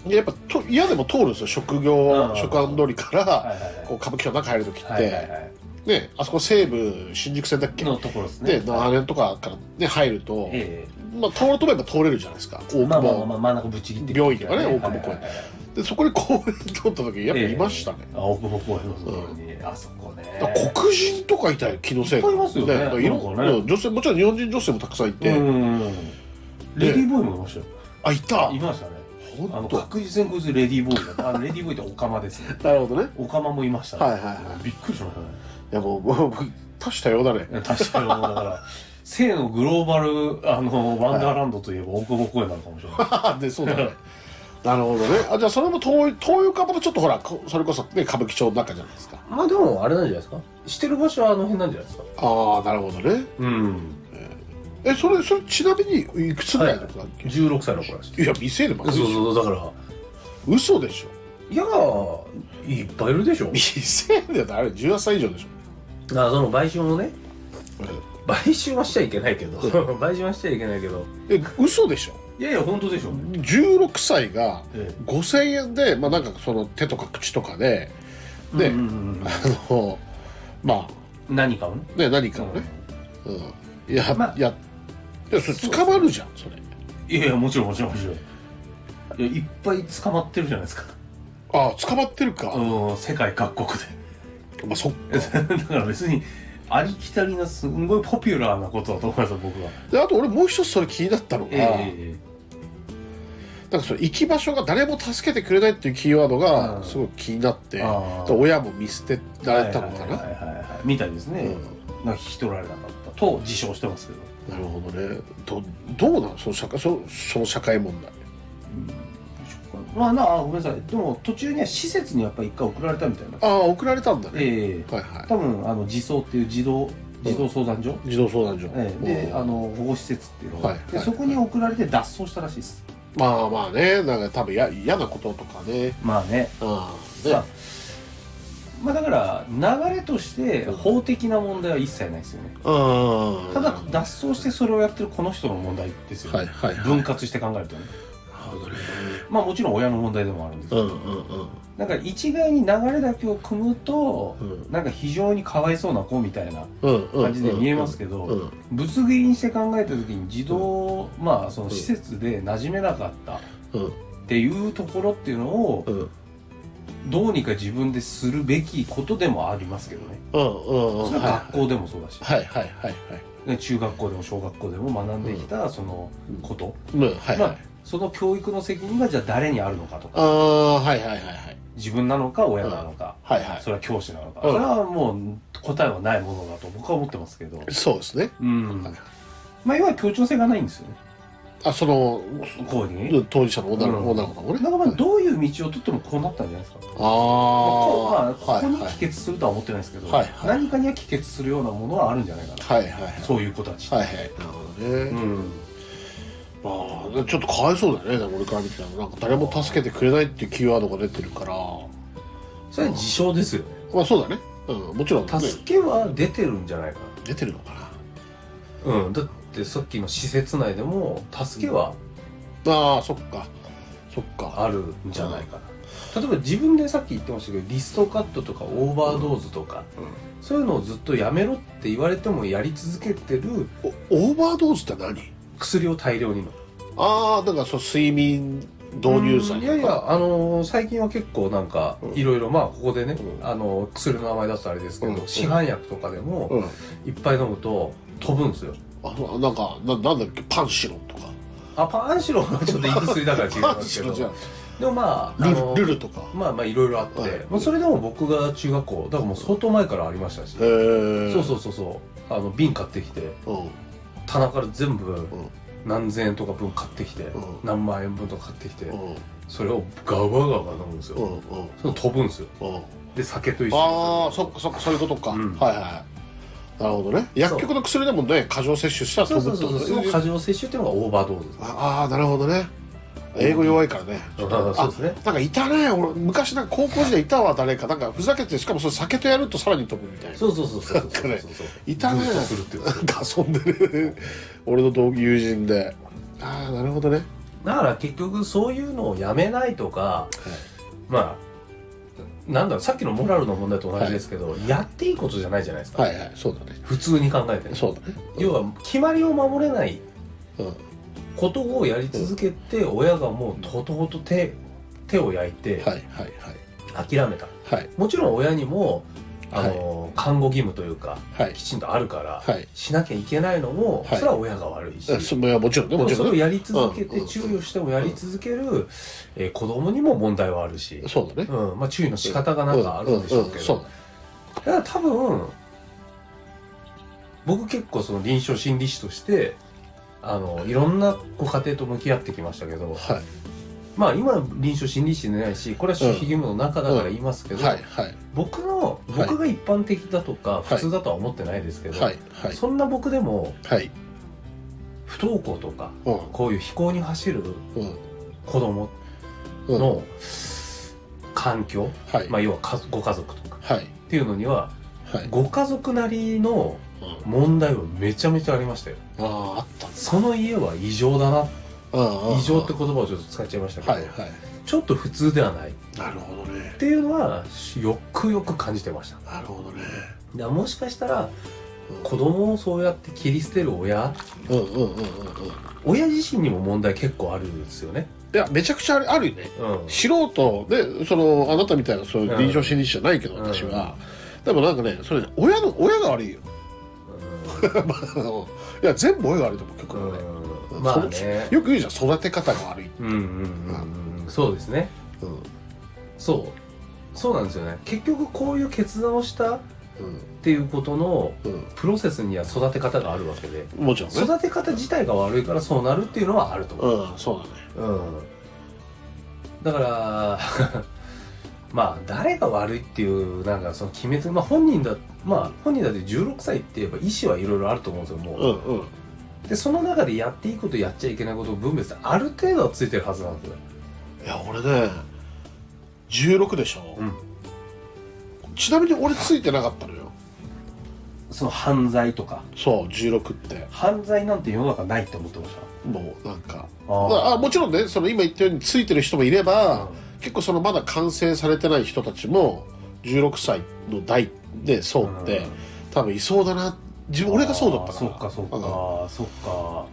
S1: でやっぱと嫌でも通るんですよ職業
S2: うん
S1: 職安通りから、
S2: はいはいはい
S1: こう歌舞伎町の中入る時って、
S2: はいはいはい
S1: ね、あそこ西武新宿線だっけ、
S2: のところですね
S1: で長年とかから、ね、入ると、
S2: え
S1: まあ、通るとめば通れるじゃないですか大久保、
S2: えまあまあまあまあ真ん中ぶっちぎって
S1: 病院とかね
S2: はい
S1: 大久保公園
S2: はいはいはい
S1: でそこに公園通った時やっぱいましたね、
S2: あ大久保公園のところに、あそこね
S1: だから黒人とかいたよ気のせい
S2: いっぱいいますよね
S1: だからいろ
S2: なんかね
S1: うん女性もちろん日本人女性もたくさんいて、
S2: うんレディーボーイもいましたよ
S1: あいた
S2: いましたねあ
S1: 本
S2: の
S1: 当
S2: 確実にこいつレディーボーイだったあのレディーボーイってオカマですね
S1: なるほどね
S2: オカマもいましたね、
S1: はいはいは
S2: びっくりしましたね
S1: いやもうもう多種多様だね *laughs*
S2: 確かにもうだから *laughs* 性のグローバルあのワンダーランドといえば大久保公園なのかもしれない、
S1: でそうだね
S2: *laughs*
S1: なるほどねあじゃあそれも遠い遠いかもちょっとほらこそれこそ、ね、歌舞伎町の中じゃないですか
S2: まあでもあれなんじゃないです *laughs* かしてる場所はあの辺なんじゃないですか
S1: ああなるほどね
S2: うん
S1: えそれそれちなみにいくつぐらいの子だっけ、
S2: 16歳の子らしい
S1: い、や未成年ばっかりでしょ
S2: そうだから
S1: 嘘でしょ
S2: いやいっぱいいるでしょ
S1: 未成年だあれ18歳以上でしょ
S2: あその買収もね買収はしちゃいけないけど買収はしちゃいけないけど
S1: え嘘でしょ
S2: いやいや本当でしょ
S1: 16歳が
S2: え
S1: 5000円で、まあ、なんかその手とか口とかで
S2: え
S1: ね
S2: うんうん
S1: あのま
S2: うん何かをね
S1: あね何かをね、うん、や,、
S2: まあ
S1: やいやそれ捕まるじゃんそれ
S2: いやいやもちろんもちろんもちろんいやいっぱい捕まってるじゃないですか
S1: ああ捕まってるか、
S2: うん世界各国で *laughs*
S1: まあ、そっか
S2: だから別にありきたりなすんごいポピュラーなことだと思いますよ僕は。
S1: であと俺もう一つそれ気になったのが、
S2: ええ
S1: なんかその行き場所が誰も助けてくれないっていうキーワード
S2: うん
S1: がすごい気になって、だ
S2: あ
S1: から親も見捨てられたのかな、
S2: はいはいはいはいみたいですね、
S1: うん
S2: なんか引き取られなかったと自称してますけど、
S1: なるほどねどどうなのその社会そその社会問題
S2: うん、まあなあごめんなさいでも途中には施設にやっぱり一回送られたみたいな
S1: ああ送られたんだね、
S2: ええ
S1: はいは
S2: 多分あの児相っていう児童児童相談所、
S1: い児童相談所、
S2: ええで
S1: うん
S2: あの保護施設っていうのが、
S1: はいはい
S2: でそこに送られて脱走したらしいです
S1: まあまあねなんか多分や嫌なこととかね
S2: まあね
S1: ああ
S2: ま
S1: ね
S2: あまあだから流れとして法的な問題は一切ないですよね
S1: うん
S2: ただ脱走してそれをやってるこの人の問題ですよね、
S1: はいはいはい
S2: 分割して考えるとね
S1: なるほどね
S2: まあもちろん親の問題でもあるんですけ
S1: う
S2: ど、
S1: んうんうん
S2: なんか一概に流れだけを組むと、
S1: うん
S2: なんか非常にかわいそうな子みたいな
S1: うんうん
S2: 感じで見えますけど、
S1: うんうん
S2: ぶつ切りにして考えた時に児童、まあその施設で馴染めなかったっ
S1: うん
S2: ていうところっていうのを
S1: うん
S2: どうにか自分でするべきことでもありますけどね、
S1: うんうんうん
S2: それは学校でもそうだし、
S1: はいはいはいはい
S2: ね中学校でも小学校でも学んできたそのこと、
S1: うんはい
S2: ま
S1: は
S2: あ
S1: い
S2: その教育の責任がじゃあ誰にあるのかと
S1: あ
S2: か
S1: あはいはいはいはい
S2: 自分なのか親なのか、
S1: はいは
S2: それは教師なのか、
S1: うん
S2: それはもう答えはないものだと僕は思ってますけど
S1: いそうですね
S2: うんまあ要は協調性がないんですよね
S1: あその
S2: こうに
S1: うん当事者の女の
S2: うん
S1: 子女の子もね
S2: だからまあどういう道を取ってもこうなったんじゃないですか
S1: ああ
S2: まあこうまあここに
S1: はい
S2: 帰結するとは思ってないですけど、
S1: はいはい
S2: 何かには帰結するようなものはあるんじゃないかな、
S1: はいはいはい
S2: そういう子たちって
S1: はいはいなるほどね
S2: うん
S1: まあちょっとかわいそうだよね俺から見てたらなんか誰も助けてくれないっていうキーワードが出てるから
S2: それは自称ですよね
S1: まあそうだねうんもちろんね
S2: 助けは出てるんじゃないか
S1: 出てるのかな
S2: なうんだってさっきの施設内でも助けは
S1: ああそっかそっか
S2: あるんじゃないかな例えば自分でさっき言ってましたけどリストカットとかオーバードーズとか、
S1: うんうん
S2: そういうのをずっとやめろって言われてもやり続けてる
S1: おオーバードーズって何
S2: 薬を大量に飲む
S1: ああだからそう睡眠導入
S2: う
S1: 剤
S2: んいやいやあのー最近は結構なんか
S1: うん
S2: いろいろまあここでね、
S1: うん
S2: あのー薬の名前出すとあれですけど、
S1: うん
S2: 市販薬とかでも
S1: うん
S2: いっぱい飲むと飛ぶんですよ
S1: あそうなんかななんだっけパンシロンとか
S2: あパンシロンはちょっと胃薬だから違い
S1: パ
S2: ま
S1: ン
S2: す
S1: シ
S2: け
S1: ロ
S2: ど
S1: ンじゃん
S2: でもまああ
S1: ル
S2: のー
S1: ルルとか
S2: まあまあいろいろあって、
S1: はい
S2: まあ、それでも僕が中学校だからもう相当前からありましたし、
S1: へえ
S2: そうそうそうそうあの瓶買ってきて
S1: う、うん、
S2: 棚から全部
S1: ん
S2: 何千円とか分買ってきて、
S1: ん
S2: 何万円分とか買ってきて、
S1: うん
S2: それをガバガバ飲むんですよ、
S1: うんうん
S2: その飛ぶんですよ
S1: うん
S2: で酒と一緒に
S1: ああそっかそっかそういうことか、
S2: うん
S1: はいはいなるほどね薬局の薬でもね過剰摂取したら
S2: そ
S1: 飛
S2: うそ
S1: ぶ
S2: う
S1: って
S2: そ
S1: こと
S2: う
S1: ね
S2: そうその過剰摂取っていうのがオーバードーズです
S1: ああなるほどね英語弱いからね、
S2: あそうですね
S1: なんかいたね俺昔なんか高校時代いたわ誰かなんかふざけてしかもそれ酒とやるとさらに飛ぶみたいな
S2: そうそうそうそうそうそう
S1: なんか
S2: そう
S1: いたね
S2: ブーストするっていう
S1: なんか遊んでる俺の同友人でああなるほどね
S2: だから結局そういうのをやめないとか、まあなんだろうさっきのモラルの問題と同じですけど、やっていいことじゃないじゃないですか、
S1: はいはいそうだね
S2: 普通に考えてね
S1: そうだね
S2: 要は決まりを守れない
S1: うん
S2: ことをやり続けて、親がもうとうとうと手手を焼いて
S1: はいはいはい
S2: 諦めた、
S1: はい
S2: もちろん親にもあの、看護義務というか
S1: はい
S2: きちんとあるから、
S1: はい
S2: しなきゃいけないのも、
S1: はい
S2: それは親が悪いし、
S1: えそれはもちろんね
S2: でも
S1: もち
S2: それ
S1: ろん
S2: を
S1: ね
S2: やり続けて
S1: うん
S2: 注意をしてもやり続ける、えー子供にも問題はあるし、
S1: そうだね
S2: うんまあ、注意の仕方がなんかあるんでしょうけ
S1: んんんそ
S2: ど、
S1: う
S2: だから多分僕結構その臨床心理士としてあのいろんなご家庭と向き合ってきましたけど
S1: は
S2: まあ今は臨床心理士でないしこれは守秘義務の中だから言いますけ
S1: い
S2: ど、
S1: はいはい
S2: 僕の
S1: い
S2: 僕が一般的だとか
S1: い
S2: 普通だとは思ってないですけど、
S1: はいはい
S2: そんな僕でも
S1: はい
S2: 不登校とか
S1: う
S2: こういう非行に走る
S1: んうん
S2: 子供
S1: うん
S2: の環境、
S1: はい
S2: まあ、要は家ご家族とか
S1: はい
S2: っていうのには
S1: はい
S2: ご家族なりの
S1: うん
S2: 問題はめちゃめちゃありましたよ
S1: あああった
S2: その家は異常だな
S1: ああ
S2: 異常って言葉をちょっと使っちゃいましたけど、
S1: はいはい
S2: ちょっと普通ではないっ
S1: なるほどね
S2: ていうのはよくよく感じてましただか
S1: なるほどね
S2: らもしかしたら
S1: うん
S2: 子供をそうやって切り捨てる親
S1: うんうんうんうんうんい
S2: 親自身にも問題結構あるんですよね
S1: やめちゃくちゃあるあるよね
S2: うん
S1: 素人でそのあなたみたいなそういう臨床心理士じゃないけど、
S2: うん
S1: 私は、でもなんかねそれね親 *laughs* の親が悪いよいや全部親が悪いと思う結局ね、
S2: うんまあね
S1: よく言うじゃん育て方が悪い、
S2: うんうんうんそうですね
S1: うん
S2: そうそうなんですよね結局こういう決断をしたっ
S1: うん
S2: ていうことの
S1: う
S2: プロセスには育て方があるわけで
S1: ん、もちろんね
S2: 育て方自体が悪いからそうなるっていうのはあると思う、
S1: うんそうだね
S2: うん、だから *laughs* まあ誰が悪いっていうなんかその決めつまあ本人だまあ本人だって16歳って言えば意思はいろいろあると思うんですよもう、
S1: うんうん
S2: でその中でやっていいことやっちゃいけないことを分別ある程度はついてるはずなんですよ、
S1: いや俺ね16でしょ、
S2: うん
S1: ちなみに俺ついてなかったのよ
S2: その犯罪とか
S1: そう16って
S2: 犯罪なんて世の中ないって思ってました
S1: もうなんか
S2: あ
S1: まああもちろんねその今言ったようについてる人もいれば、
S2: う
S1: 結構そのまだ完成されてない人たちも16歳の代でそうって、
S2: うん
S1: 多分いそうだな自分俺がそうだった
S2: そ
S1: か
S2: っ
S1: ら
S2: かそっか、
S1: うん
S2: そっか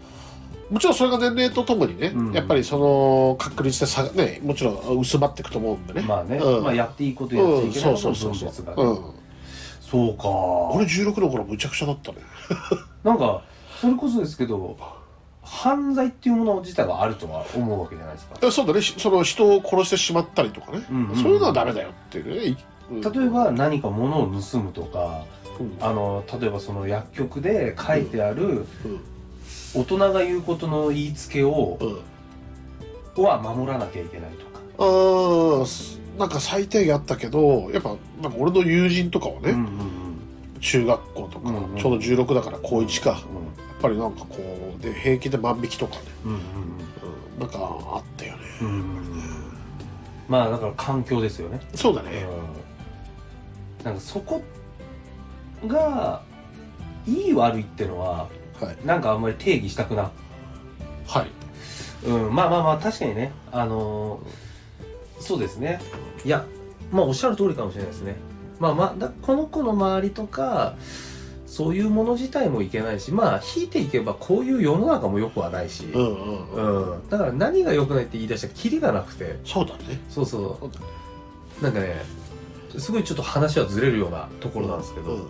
S1: もちろんそれが年齢とともにね、
S2: うん
S1: やっぱりその確率で差がねもちろん薄まっていくと思うんでね
S2: まあね、
S1: うん
S2: まあやっていいことやっちゃ
S1: う
S2: い
S1: ん
S2: けな
S1: そ
S2: いうこと
S1: そ
S2: の
S1: うそ
S2: 分
S1: う
S2: 別がね、
S1: そう、うん、
S2: そうか
S1: 俺16の頃むちゃくちゃだったね
S2: なんかそれこそですけど犯罪っていうもの自体はあるとは思うわけじゃないですか
S1: いやそうだねしその人を殺してしまったりとかね、
S2: うんうん
S1: そういうのはダメだよっていうねいうん
S2: 例えば何か物を盗むとか
S1: うん
S2: あの例えばその薬局で書いてある
S1: うん
S2: 大人が言うことの言いつけを
S1: うん
S2: は守らなきゃいけないとか、
S1: あーすなんか最低限あったけどやっぱなんか俺の友人とかはね、
S2: うんうん
S1: 中学校とか、
S2: うんうん
S1: ちょうど16だから高1か、
S2: うん
S1: やっぱりなんかこうで平気で万引きとかね、
S2: うん
S1: うん、なんかあったよね
S2: うんうんうんまあだから環境ですよね
S1: そうだね、
S2: うんなんかそこがいい悪いってのは
S1: はい
S2: なんかあんまり定義したくな
S1: はい
S2: うんまあまあまあ確かにねあのーそうですねいやまあおっしゃる通りかもしれないですねまあまあだこの子の周りとかそういうもの自体もいけないしまあ引いていけばこういう世の中も良くはないし、
S1: うんうん、うん、
S2: うんだから何が良くないって言い出したらキリがなくて
S1: そうだね
S2: そうそうなんかねすごいちょっと話はずれるようなところなんですけど、
S1: うん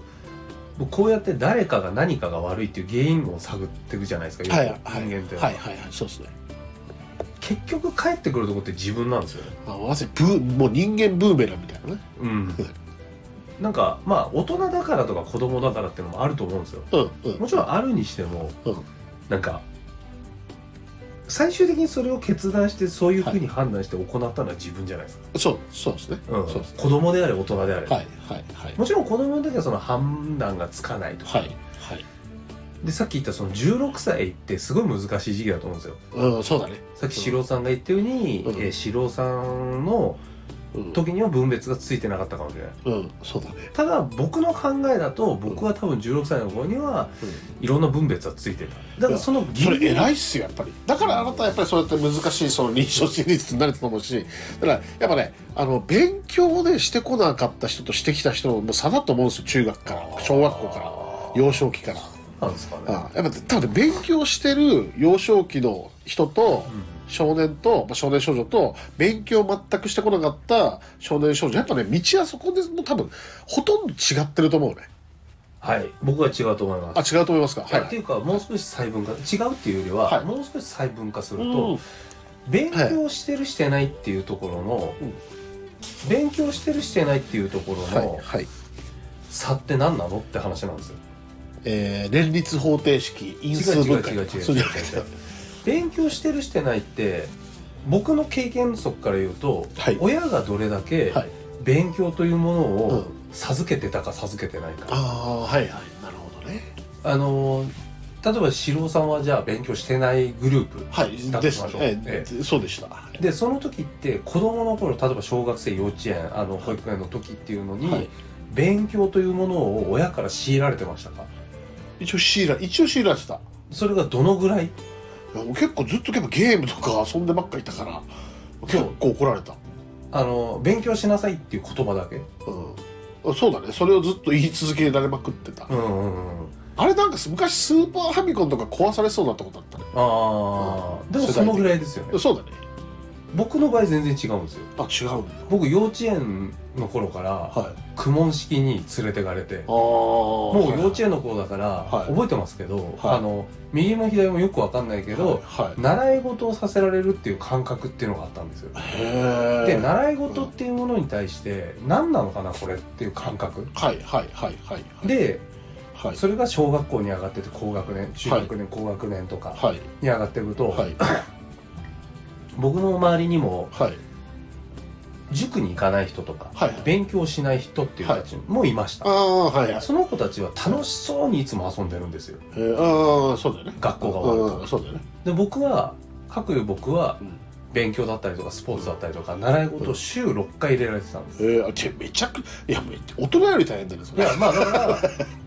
S2: もうこうやって誰かが何かが悪いっていう原因を探っていくじゃないですか、
S1: はい
S2: よ
S1: はい
S2: く人間って、
S1: はいはいはいそうですね
S2: 結局帰ってくるとこって自分なんですよね
S1: あまさにブーもう人間ブーメランみたいなね
S2: うん *laughs* なんかまあ大人だからとか子供だからっていうのもあると思うんですよ
S1: うんうん
S2: もちろんあるにしても、
S1: うん
S2: なんか最終的にそれを決断してそういうふうに判断して行ったのは自分じゃないですか、
S1: そうそうですね、
S2: うん
S1: そうですね
S2: 子供であれ大人であ
S1: はい
S2: れ、
S1: はいはい
S2: もちろん子供の時はその判断がつかないとか、
S1: はいはい
S2: でさっき言ったその16歳ってすごい難しい時期だと思うんですよ
S1: うんそうだね
S2: さっき四郎さんが言ったように、
S1: うん
S2: えー四郎さんの
S1: うん
S2: 時には分別がついてなかったかもしれない
S1: うんそうだね
S2: ただ僕の考えだと僕は多分16歳の頃には
S1: うん
S2: いろんな分別はついてただからその
S1: それ偉
S2: い
S1: いっすよやっぱりだからあなたはやっぱりそうやって難しいその臨床心理術になると思うしだからやっぱねあの勉強をねしてこなかった人としてきた人のもう差だと思うんですよ中学から小学校から
S2: ら
S1: 幼少期から
S2: なんですかね
S1: あやっぱ多分ね勉強してる幼少期の人と少年と、まあ、少年少女と勉強を全くしてこなかった少年少女やっぱね道はそこでもう多分ほとんど違ってると思うね
S2: はい僕は違うと思います
S1: あ違うと思いますかはい
S2: いやっていうかもう少し細分化違うっていうよりは、
S1: はい
S2: もう少し細分化する
S1: う
S2: と
S1: ん
S2: 勉強してるしてないっていうところの、
S1: うん
S2: 勉強してるしてないっていうところ
S1: はい
S2: の
S1: はい
S2: 差って何なのって話なんですよ
S1: えー、連立方程式因数分解
S2: 違う違う違う違う
S1: そうじゃなくて
S2: 勉強してるしてないって僕の経験則から言うと、
S1: はい
S2: 親がどれだけ
S1: はい
S2: 勉強というもの
S1: う
S2: を
S1: ん
S2: 授けてたか授けてないか、
S1: ああーはいはいなるほどね
S2: あのー例えば四郎さんはじゃあ勉強してないグループ
S1: はい
S2: だと
S1: で
S2: し
S1: す
S2: ましょう
S1: ね、え
S2: え
S1: ーそうでした
S2: でその時って子供の頃例えば小学生幼稚園あの保育園の時っていうのに、
S1: はい
S2: 勉強というものを親から強いられてましたか
S1: 一応シーラ一応シーラしたい
S2: それがどのぐらい
S1: やもう結構ずっとやっぱゲームとか遊んでばっかりいたから結構怒られた
S2: あの勉強しなさいっていう言葉だけ
S1: うん、そうだねそれをずっと言い続けられまくってた、
S2: うんうんうん
S1: あれなんか昔スーパーファミコンとか壊されそうなとこだったね
S2: ああ、
S1: うん
S2: でもそのぐらいですよね
S1: そうだね
S2: 僕の場合全然違うんですよ
S1: あ違うんだ
S2: 僕幼稚園の頃から
S1: はい
S2: 公文式に連れてかれて
S1: ああ
S2: も
S1: も
S2: う幼稚園の頃だから、
S1: はい
S2: 覚えてますけど、
S1: はい
S2: あの右も左もよくわかんないけど、
S1: はい、
S2: 習い事をさせられるっていう感覚っていうのがあったんですよ
S1: はい、
S2: で
S1: へえ
S2: 習い事っていうものに対して何なのかなこれっていう感覚
S1: はいはいはいはいはい
S2: で
S1: はい
S2: それが小学校に上がってて高学年中学年、高学年とか
S1: はい
S2: に上がっていくと、
S1: はい
S2: 僕の周りにも
S1: はい
S2: 塾に行かない人とか、
S1: はい
S2: 勉強しない人っていう人たちもいました、
S1: ああはいはい
S2: その子たちは楽しそうにいつも遊んでるんですよ
S1: えー、ああそうだよね
S2: 学校が終わると
S1: うんそうだよね
S2: で僕はかくいう僕は
S1: うん
S2: 勉強だったりとかスポーツだったりとか習い事を週6回入れられてたんです
S1: えー、あてめちゃくいやめ大人より大変だねそ
S2: い
S1: れ
S2: やまあだから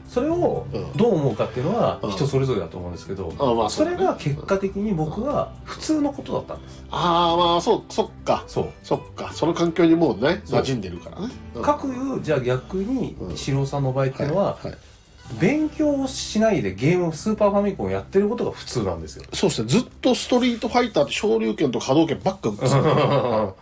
S2: それを
S1: うん
S2: どう思うかっていうのは
S1: うん
S2: 人それぞれだと思うんですけど
S1: あまあ
S2: それ
S1: うだ
S2: が
S1: ね
S2: 結果的に僕は普通のことだったんです
S1: ああまあそうそっか
S2: そ
S1: そっかその環境にもうね
S2: そう
S1: 馴染んでるからね
S2: うかくいうじゃあ逆に
S1: うん
S2: 四郎さんの場合っていうのは
S1: はいはい
S2: 勉強をしないでゲームをスーパーファミコンをやってることが普通な
S1: *laughs*
S2: んですよ
S1: そうですねずっとストリートファイターと昇竜拳と波動拳ばっか打ってた
S2: まあ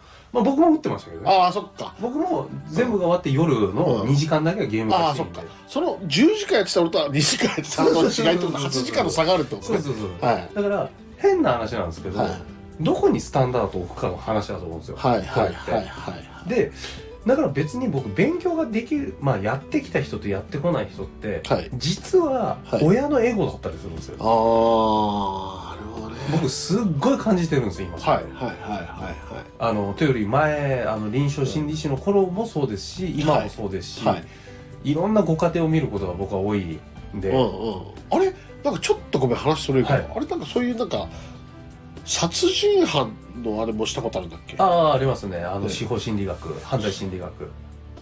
S2: 僕も打ってましたけどね
S1: ああそっか
S2: 僕も全部が終わって夜の2時間だけはゲーム
S1: あ
S2: が
S1: あ
S2: して
S1: そ
S2: い
S1: っ
S2: んで
S1: かその10時間やってたのとは2時間やってたのとの違いってこと
S2: そうそうそうそう
S1: 8時間の差があるってこと
S2: そう
S1: ね
S2: そうそう
S1: はい
S2: だから変な話なんですけど、
S1: はい
S2: どこにスタンダードを置くかの話だと思うんですよ。
S1: はいはい
S2: こ
S1: は
S2: れっ
S1: い
S2: て
S1: はい
S2: でだから別に僕勉強ができる、まあ、やってきた人とやってこない人って、
S1: はい
S2: 実は
S1: はい
S2: 親のエゴだったりするんですよ。
S1: ああなるほどね
S2: 僕すっごい感じてるんですよ今それ
S1: はいはいはいは
S2: あのというより前あの臨床心理士の頃もそうですし今もそうですし、
S1: いはいはい
S2: い、ろんなご家庭を見ることが僕は多いんで、
S1: うんうんあれなんかちょっとごめん話それるけど、
S2: はい
S1: あれなんかそういうなんか殺人犯のあれもしたことあるんだっけ
S2: ああありますねあの
S1: ね
S2: 司法心理学犯罪心理学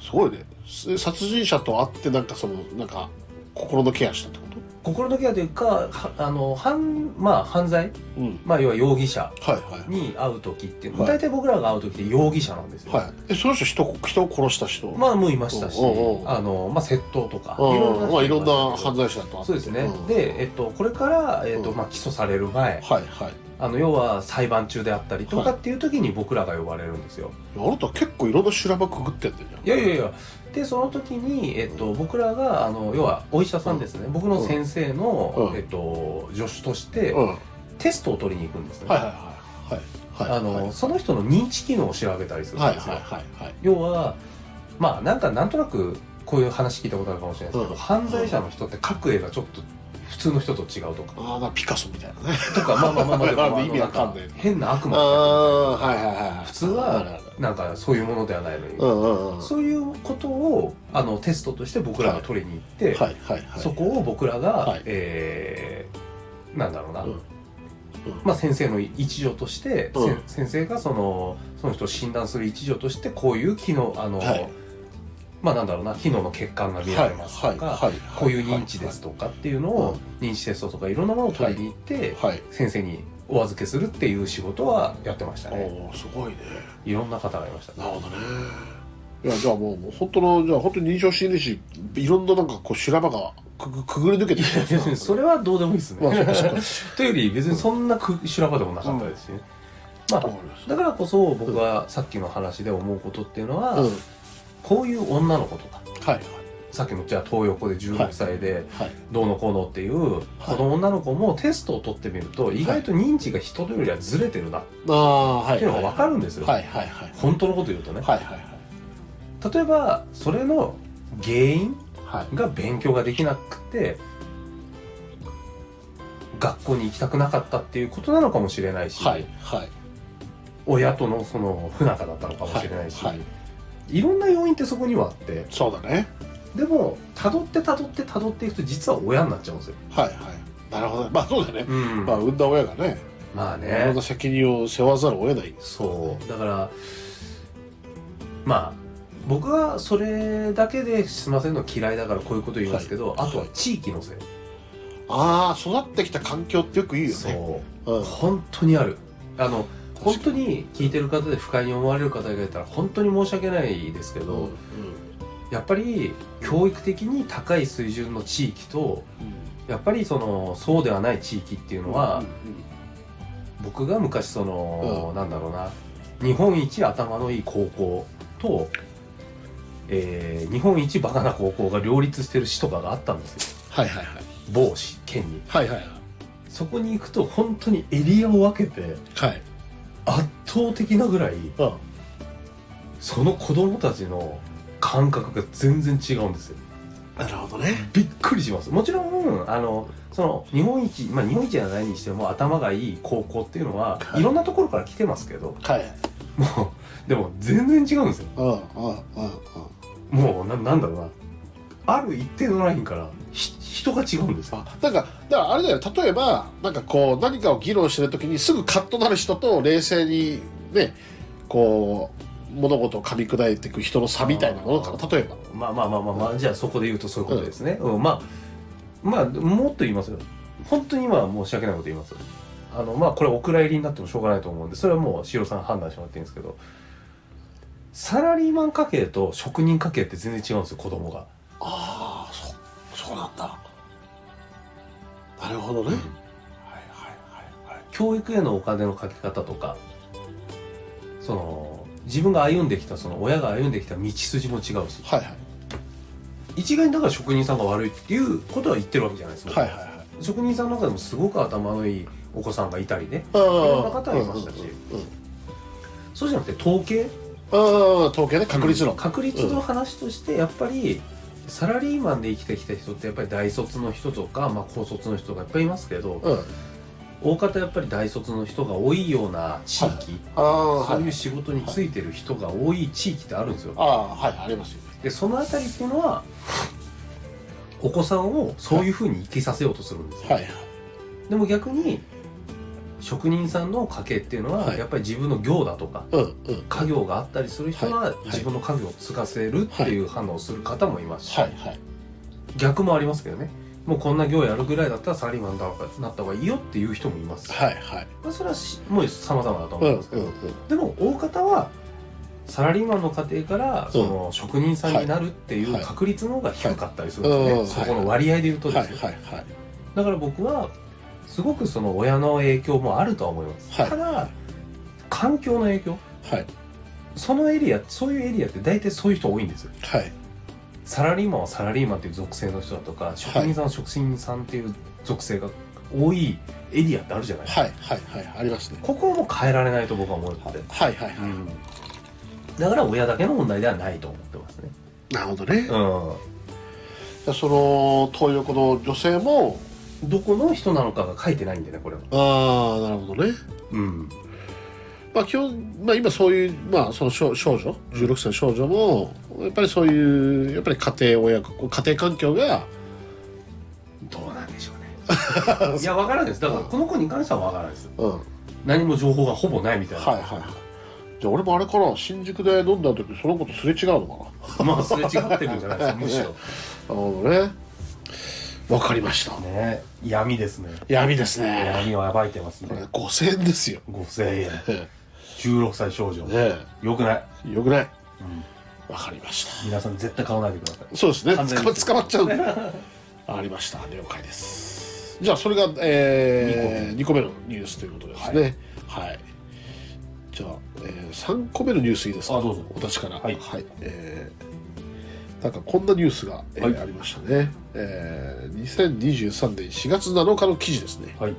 S1: すごいねす殺人者と会ってなんかそのなんか心のケアしたってこと
S2: 心のケアというかはあの犯,、まあ、犯罪、
S1: うん
S2: まあ、要は容疑者
S1: はいはい
S2: に会う時って、
S1: はい
S2: 大体僕らが会う時って容疑者なんですよ、
S1: はいえその人人人を殺した人
S2: まあもういましたし
S1: おうおう
S2: あの、まあ、窃盗とか
S1: うん
S2: 人
S1: まあいろん
S2: が
S1: ない
S2: ました
S1: 犯
S2: けど
S1: 罪者と会って
S2: そうですね、
S1: ん
S2: で、えっと、これから、えっと
S1: うん
S2: まあ、起訴される前
S1: はいはい
S2: あの要は裁判中であったりとか
S1: はい
S2: っていう時に僕らが呼ばれるんですよ、
S1: あなた結構いろんな修羅場くぐってんだよ
S2: い、やいやいやでその時に、えっと、僕らがあの要はお医者さんですね、僕の先生の、
S1: うん
S2: えっと、助手として、
S1: うんはい
S2: テストを取りに行くんですね、
S1: はいはいはいはい
S2: あの
S1: はい
S2: その人の認知機能を調べたりするん
S1: はい
S2: ですよ、
S1: はいはいはい
S2: 要はまあなんかなんとなくこういう話聞いたことあるかもしれないですけど、
S1: うん
S2: 犯罪者の人って書く絵がちょっと普通の人と違うとか、
S1: ああなんかピカソみたいなね
S2: とかまあまあまあまあでも
S1: *laughs* なんか意味わかんない
S2: あの変な悪
S1: あ
S2: 魔
S1: あはいはいはい
S2: 普通
S1: あるあ
S2: は
S1: る
S2: なんかそういうものではないのに、
S1: うんうんうん
S2: そういうことをあのテストとして僕らが取りに行って、
S1: はいはいはい
S2: そこを僕らが、
S1: はい
S2: えーなんだろうな、
S1: うん
S2: まあ、先生の一助として、せん
S1: うん
S2: 先生がそのその人を診断する一助としてこういう機能あの、
S1: はい
S2: まあなんだろうな機能の欠陥が見られますとか、
S1: はいはいはい
S2: こういう認知ですとかっていうの
S1: う
S2: を
S1: ん
S2: 認知テストとかいろんなものを取りに行って
S1: はい
S2: 先生にお預けするっていう仕事はやってましたね
S1: おおすごいね
S2: いろんな方がいました
S1: なるほどねいやじゃあもうもう本当のじゃあ本当に認証心理師いろんななんかこう修羅場がくぐくぐり抜けてきて
S2: 別に
S1: *laughs*
S2: それはどうでもいいですね、
S1: まあそっかそっか *laughs*
S2: というより別にそんなく修羅場でもなかったですしね、まあだからこそ僕はさっきの話で思うことっていうのは、
S1: うんはい
S2: こういう女の子とか
S1: はい
S2: さっきのじゃあ東横で16歳で
S1: はい
S2: どうのこうのっていう、この女の子もテストを取ってみると意外と認知が人よりはずれてるなっ
S1: ああはい
S2: ていうのが分かるんですよ、
S1: はいはいはい
S2: 本当のこと言うとね、
S1: はいはい
S2: 例えばそれの原因
S1: はいはい
S2: が勉強ができなくて学校に行きたくなかったっていうことなのかもしれないし、
S1: はいはい
S2: 親とのその不仲だったのかもしれないし、
S1: はいいは
S2: ろんな要因ってそこにはあって
S1: そうだね
S2: でもたどってたどってたどっていくと実は親になっちゃうんですよ、
S1: はいはいなるほどねまあそうだよねま
S2: ま
S1: あ
S2: あ、
S1: 産んだ親がね
S2: まあ
S1: いろ
S2: ね
S1: んな責任を背負わざるを得ない
S2: そうだからまあ僕はそれだけで済ませるの嫌いだからこういうこと言いますけど、
S1: はい
S2: あとは地域のせい、
S1: ああ育ってきた環境ってよく言うよね
S2: そう
S1: うん
S2: 本当にあるあの本当に聞いてる方で不快に思われる方がいたら本当に申し訳ないですけど、
S1: うんうん
S2: やっぱり教育的に高い水準の地域とやっぱりそのそうではない地域っていう
S1: うん
S2: のは、
S1: うん
S2: 僕が昔その、
S1: うん
S2: なんだろうな日本一頭のいい高校と、えー日本一バカな高校が両立してる市とかがあったんですよ
S1: はいはいはい
S2: 某市県に
S1: はいはい
S2: そこに行くと本当にエリアを分けて
S1: はい
S2: 圧倒的なぐらい
S1: はい
S2: その子供たちの感覚が全然違うんですよ
S1: うんなるほどね
S2: びっくりしますもちろんあのその日本一まあ日本一じゃないにしても頭がいい高校っていうのは、
S1: はい
S2: い、ろんなところから来てますけど
S1: はい
S2: もうでも全然違うんですよ
S1: うんうんうんうん
S2: もうななんだろうなある一定のラインからひ人が違うんですよ
S1: あなんかだからあれだよ例えばなんかこう何かを議論してる時にすぐカッとなる人と冷静にねこう物事を噛み砕いていく人の差みたいなものかな例えば
S2: まあまあまあまあまあ、じゃあそこで言うとそういうことですね、うんまあまあもっと言いますよ本当に今は申し訳ないこと言いますあのまあこれお蔵入りになってもしょうがないと思うんでそれはもう塩さん判断してもらっていいんですけどサラリーマン家系と職人家系って全然違うんですよ子供が
S1: ああそそうなんだなるほどね、はいはいはいはい
S2: 教育へのお金のかけ方とかその自分が歩んできたその親が歩んできた道筋も違うし
S1: はいはい
S2: 一概にだから職人さんが悪いっていうことは言ってるわけじゃないですか、
S1: はいはいはい
S2: 職人さんの中でもすごく頭のいいお子さんがいたりね
S1: あ
S2: ろんな
S1: あ
S2: 方がいましたし
S1: うんうんうん
S2: そうじゃなくて統計
S1: うんうん統計ね確率論、
S2: うん確率の話としてやっぱりサラリーマンで生きてきた人ってやっぱり大卒の人とか、まあ、高卒の人がいっぱいいますけど
S1: うん、あ
S2: 大方やっぱり大卒の人が多いような地域、
S1: あ
S2: そう
S1: はいいう
S2: 仕事についてる人が多い地域ってあるんですよ
S1: ああはいありますよね
S2: でそのあたりっていうのはお子さんをそういうふうに生きさせようとするんですよ
S1: はいはい
S2: でも逆に職人さんの家系っていうのは
S1: はい
S2: やっぱり自分の業だとか
S1: うんうん
S2: 家業があったりする人
S1: は
S2: はい自分の家業を継がせるっていう反応をする方もいますし
S1: はいはい
S2: 逆もありますけどねもうこんな業やるぐらいだったらサラリーマンだなった方がいいよっていう人もいます
S1: はいはい
S2: まあそれはしもう様々だと
S1: う
S2: 思
S1: ん
S2: い
S1: うん
S2: ますけど
S1: うん
S2: でも大方はサラリーマンの家庭からその職人さんになるっていう
S1: はい
S2: 確率の方が低かったりするんで
S1: は
S2: す
S1: い
S2: ね、
S1: うん
S2: そこの割合で言うとです
S1: は
S2: ね
S1: い、はいはい
S2: だから僕はすごくその親の影響もあるとは思います、
S1: はい
S2: ただ環境の影響
S1: はい
S2: そのエリアそういうエリアって大体そういう人多いんですよ
S1: はい
S2: サラリーマンはサラリーマンっていう属性の人だとか職人さんは職人さんっていう属性が多いエリアってあるじゃないですか、
S1: はいはいはいありますね
S2: ここはもう変えられないと僕は思ってて、
S1: はいはいは
S2: うんだから親だけの問題ではないと思ってますね
S1: いなるほどね
S2: う
S1: でその東横の女性も
S2: んどこの人なのかが書いてないんでねこれは
S1: ああなるほどね
S2: うん
S1: まあ基本、まあ、今そういう、まあ、その少少女16歳の少女もやっぱりそういうやっぱり家庭親子家庭環境が
S2: どうなんでしょうね *laughs* いやわからないですだからこの子に関してはわからないです
S1: うんはい
S2: 何も情報がほぼないみたいな、
S1: はいはいじゃあ俺もあれから新宿で飲んだ時その子とすれ違うのかな
S2: まあすれ違ってるんじゃないですかむし
S1: なるほどねわかりました
S2: ろね闇ですね
S1: 闇ですね
S2: 闇を暴いてます
S1: これ
S2: ね
S1: 5000円ですよ
S2: 5000円
S1: え
S2: 16歳少女
S1: えね
S2: よくない、
S1: えよくないわかりました
S2: 皆さん絶対買わないでください
S1: そうですね捕
S2: 完全に
S1: ま捕まっちゃうんでありました了解ですじゃあそれが、えー、2, 個目のニュースということですねはい、じゃあ、えー、3個目のニュースいいですか
S2: あどうぞ
S1: 私から
S2: はい
S1: えーなんかこんなニュースが、えー
S2: はい
S1: ありましたね、えー、2023年4月7日の記事ですね
S2: はい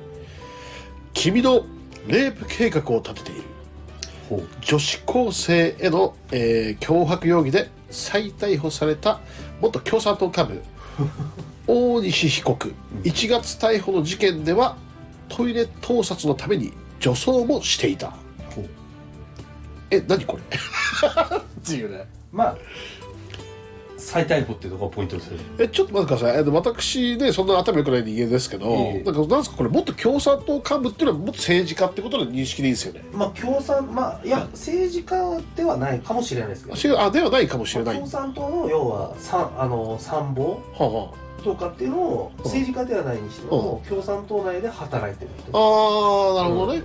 S1: 君のレイプ計画を立てている
S2: ほう
S1: 女子高生への、えー脅迫容疑で再逮捕された元共産党幹
S2: *laughs*
S1: 部大西被告1月逮捕の事件ではトイレ盗撮のために女装もしていた
S2: ほう
S1: え何
S2: *laughs*
S1: これっていうね
S2: まあ再逮捕っていうとこがポイントですよね
S1: えちょっと待ってくださいえっと私ねそんな頭良くない人間ですけど、
S2: いえいえ
S1: なんかなんですかこれ元共産党幹部っていうのは元政治家ってことの認識でいいですよね
S2: まあ共産まあいや政治家ではないかもしれないですけど
S1: あ違うあではないかもしれない、
S2: 共産党の要はさあの参謀
S1: はあは
S2: とかっていうのを政治家ではないにしても、共産党内で働いてる人
S1: ああなるほどね、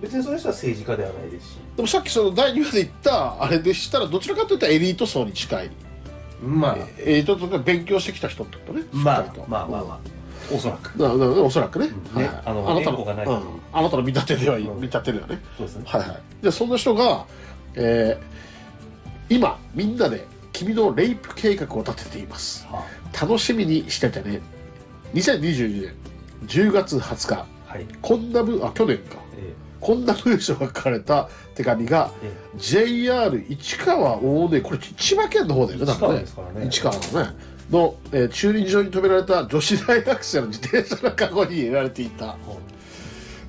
S2: 別にその人は政治家ではないですし
S1: でもさっきその第2話で言ったあれでしたらどちらかというとエリート層に近い
S2: ま
S1: エリートとか勉強してきた人ってことね
S2: まあ
S1: しっかりと
S2: まあまあまあおそらく
S1: だだおそらくね,、
S2: うんね
S1: はい、
S2: あの
S1: なた
S2: 言語がない
S1: うんあなたの見立てでは、
S2: うん
S1: 見立てではね
S2: そうですね
S1: はいはいじゃあそんな人が、えー今みんなで君のレイプ計画を立てています
S2: は
S1: 楽しみにしててね2022年10月20日
S2: あはい
S1: こんな文あ去年か
S2: え
S1: こんな文章が書かれた手紙が
S2: ーえ
S1: JR 市川大根これ千葉県の方だよね
S2: ー
S1: 多
S2: 市川
S1: 分
S2: ですからね
S1: 市川のねの、えー駐輪場に止められた女子大学生の自転車のカゴに入れられていた
S2: ほ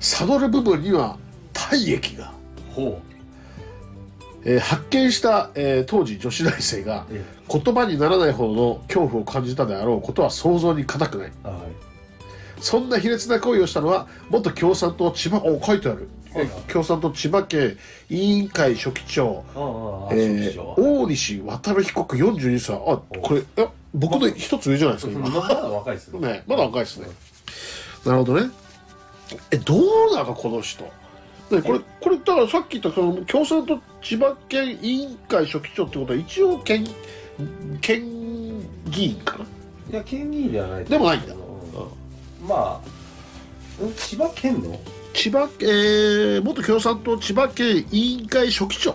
S1: サドル部分には体液が、
S2: うほう
S1: えー発見した、えー当時女子大生が
S2: え
S1: 言葉にならないほどの恐怖を感じたであろうことは想像に難くない
S2: ーはい
S1: そんな卑劣な行為をしたのは元共産党千葉お書いてある、
S2: はいはい
S1: 共産党千葉県委員会書記長
S2: ああああ
S1: え
S2: 初
S1: ー
S2: 期長は
S1: 大西渡辺被告42歳あこれえ僕の一つ上じゃないです
S2: そう
S1: か
S2: そう
S1: 今
S2: まだ若いですよ
S1: ねまだ若いですねなるほどねえどうなのこの人ねこれこれだからさっき言ったその共産党千葉県委員会書記長ってことは一応県県議員かない
S2: や県議員ではない
S1: でもないんだ
S2: あのまあん千葉県の
S1: 千葉えー元共産党千葉県委員会書記長
S2: い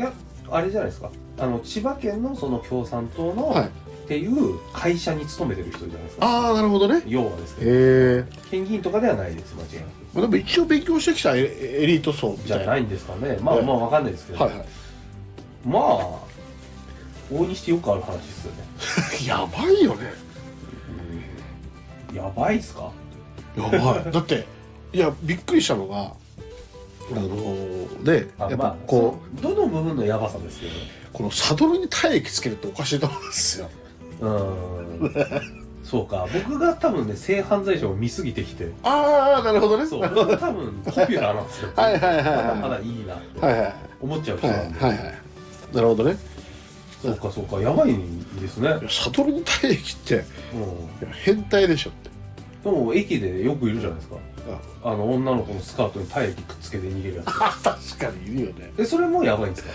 S2: やあれじゃないですかあの千葉県のその共産党の、
S1: はい
S2: っていう会社に勤めてる人じゃないですか
S1: ああなるほどね
S2: 要はですけど
S1: へえ
S2: 県議員とかではないです間違いなく
S1: でも一応勉強してきたエエリート層み
S2: じゃ
S1: たいな
S2: ないんですかねまあ
S1: はい
S2: まあわかんないですけど、
S1: はいはい
S2: まあ大にしてよくある話ですよね、
S1: やばいよね
S2: やばいっすか
S1: やばいだっていやびっくりしたのがあのー、ねや
S2: あ
S1: っぱ
S2: まあ
S1: こ
S2: こうどの部分のやばさですけ
S1: う、このサドルに体液つけるっておかしいと思うんですよ
S2: どう
S1: *laughs*
S2: ーんそうか僕が多分ね性犯罪者を見すぎてきて
S1: ああなるほどね
S2: そう
S1: なる
S2: 多
S1: ほど
S2: 分ポピュラーなんですよ
S1: はいはいはいはい
S2: まだまだいいなって
S1: はいはいはい
S2: 思っちゃう人
S1: はい
S2: なんで、
S1: はいはいなるほどね
S2: そうかそうかやばいですね、
S1: いやサドルに体液ってい
S2: うん、
S1: や変態でしょって
S2: でも駅でよくいるじゃないですか
S1: あ
S2: あの女の子のスカートに体液くっつけて逃げるやつ
S1: あ確かにいるよね
S2: えそれもやばいんですか